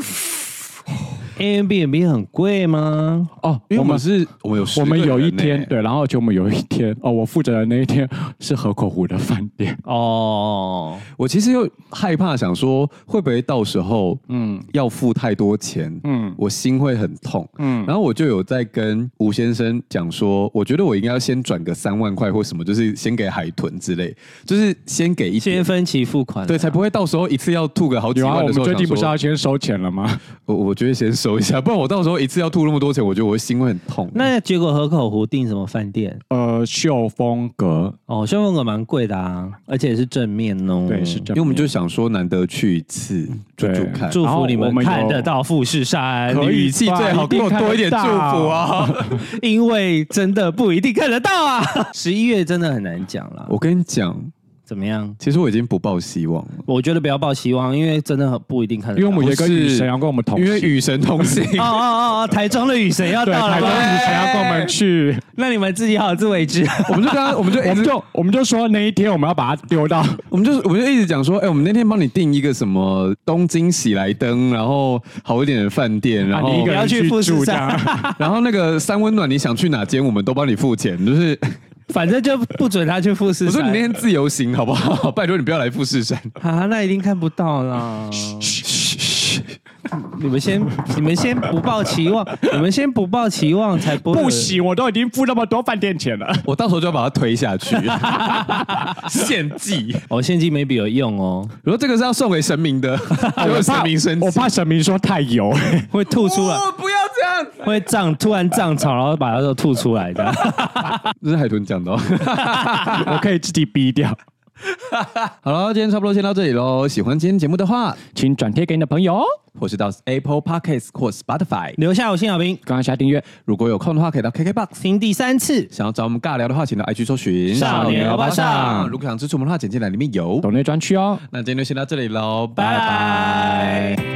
B: ，Airbnb 很贵吗？
C: 哦，
A: 因为我
C: 我
A: 们
C: 们
A: 是，我们有十
C: 我们
A: 个
C: 有一
A: 人呢
C: 天，对，然后而且我们有一天哦，我负责的那一天是河口湖的饭
A: [laughs]
C: 店，
B: 哦，
A: 我其实又害怕，想说会不会到时候，嗯，要付太多钱，嗯
C: 嗯，
A: 我心会很痛，嗯
C: 嗯，
A: 然后我就有在跟吴先生讲说，我觉得我应该要先转个三万块或什么，就是先给海豚之类，就是先给一些
B: 先，分期付款啊，
A: 对，才不会到时候一次要吐个好几
C: 有啊，
A: 万
C: 我
A: 的
C: 们
A: 时候，
C: 最近
A: 想
C: 不是
A: 说
C: 要先收钱了吗？
A: 我我觉得先收一下，不然我到时候一次要吐那么多钱，我觉得我会心会很痛。
B: 那结果河口湖订什么饭店？
C: 呃，秀峰阁，
B: 哦，秀峰阁蛮贵的啊，而且是正面哦。
C: 对，是这
A: 嗯因
C: 样，
A: 为我们就想说难得去一次住住
C: 嗯对
A: 看，
B: 祝福你
C: 然后我
B: 们
C: 们有
B: 看得到富士山，
C: 可以
A: 语气最好给我多一点祝福啊！ [laughs]
B: 因为真的不一定看得到啊。十一月真的很难讲啦，
A: 我跟你讲，
B: 怎么样？
A: 其实我已经不抱希望了。
B: 我觉得不要抱希望，因为真的很不一定看得
C: 因为
B: 到。
C: 我们也跟
A: 哦不是
C: 雨神要跟我们同
A: 因为
C: 行
A: 与神同 [laughs] 啊行。
B: 哦哦哦哦，台中的雨神要
C: 对，
B: 到
C: 台
B: 了
C: 中
B: 吗，
C: 雨神要跟我们去。
B: 那你们自己好自为之。
A: 我们就跟他，我们就
C: 我
A: 一
C: 们
A: 直，
C: 就我们就说那一天我们要把它丢到，
A: 我们就我们就一直讲说，哎、我们那天帮你订一个什么东京喜来登，然后好一点的饭店，然
C: 啊你一
A: 后
B: 不
C: 个
B: 要
C: 人
B: 去富士
C: 住这
B: 山
C: [laughs] 样。
A: 然后那个三温暖，你想去哪间，我们都帮你付钱。 [laughs] 就是
B: 反正就不准他去富士
A: 我说
B: 山。
A: 你那天自由行好不 [laughs] 好？拜托你不要来富士山。
B: 啊，那一定看不到啦。你们先，你们先不抱期望，你们先不抱期望，才不会
C: 不。行，我都已经付那么多饭店钱 [laughs] 了。
A: 我到时候就要把它推下 [laughs] 去，献 [laughs] 祭。
B: 哦，现金 maybe 有用哦，
A: 我说这个是要送给神明的，结果
C: 我
A: 神
C: 怕
A: 明生气
C: 我怕神明说太油。 [laughs]
B: 会吐出来，
A: 哦不要这样。
B: 会胀，突然胀潮，然后把它都吐出来的。
A: 这是海豚讲的、哦。 [laughs]
C: 我可以自己逼掉，
A: 好了，今天差不多先到这里喽。喜欢今天节目的话，
C: 请转贴给你的朋友哦，
A: 或是到 Apple Podcast 或 Spotify。
B: 留下五星好评，
C: 刚刚下订阅。
A: 如果有空的话，可以到 KKBox。
B: 听第三次。
A: 想要找我们尬聊的话，请到 IG 搜寻
B: 少年欧巴桑
A: 如果想支持我们的话，简介栏里面有。
C: 抖内专区哦。
A: 那今天就先到这里喽，
B: 拜
A: 拜
B: 拜
A: 拜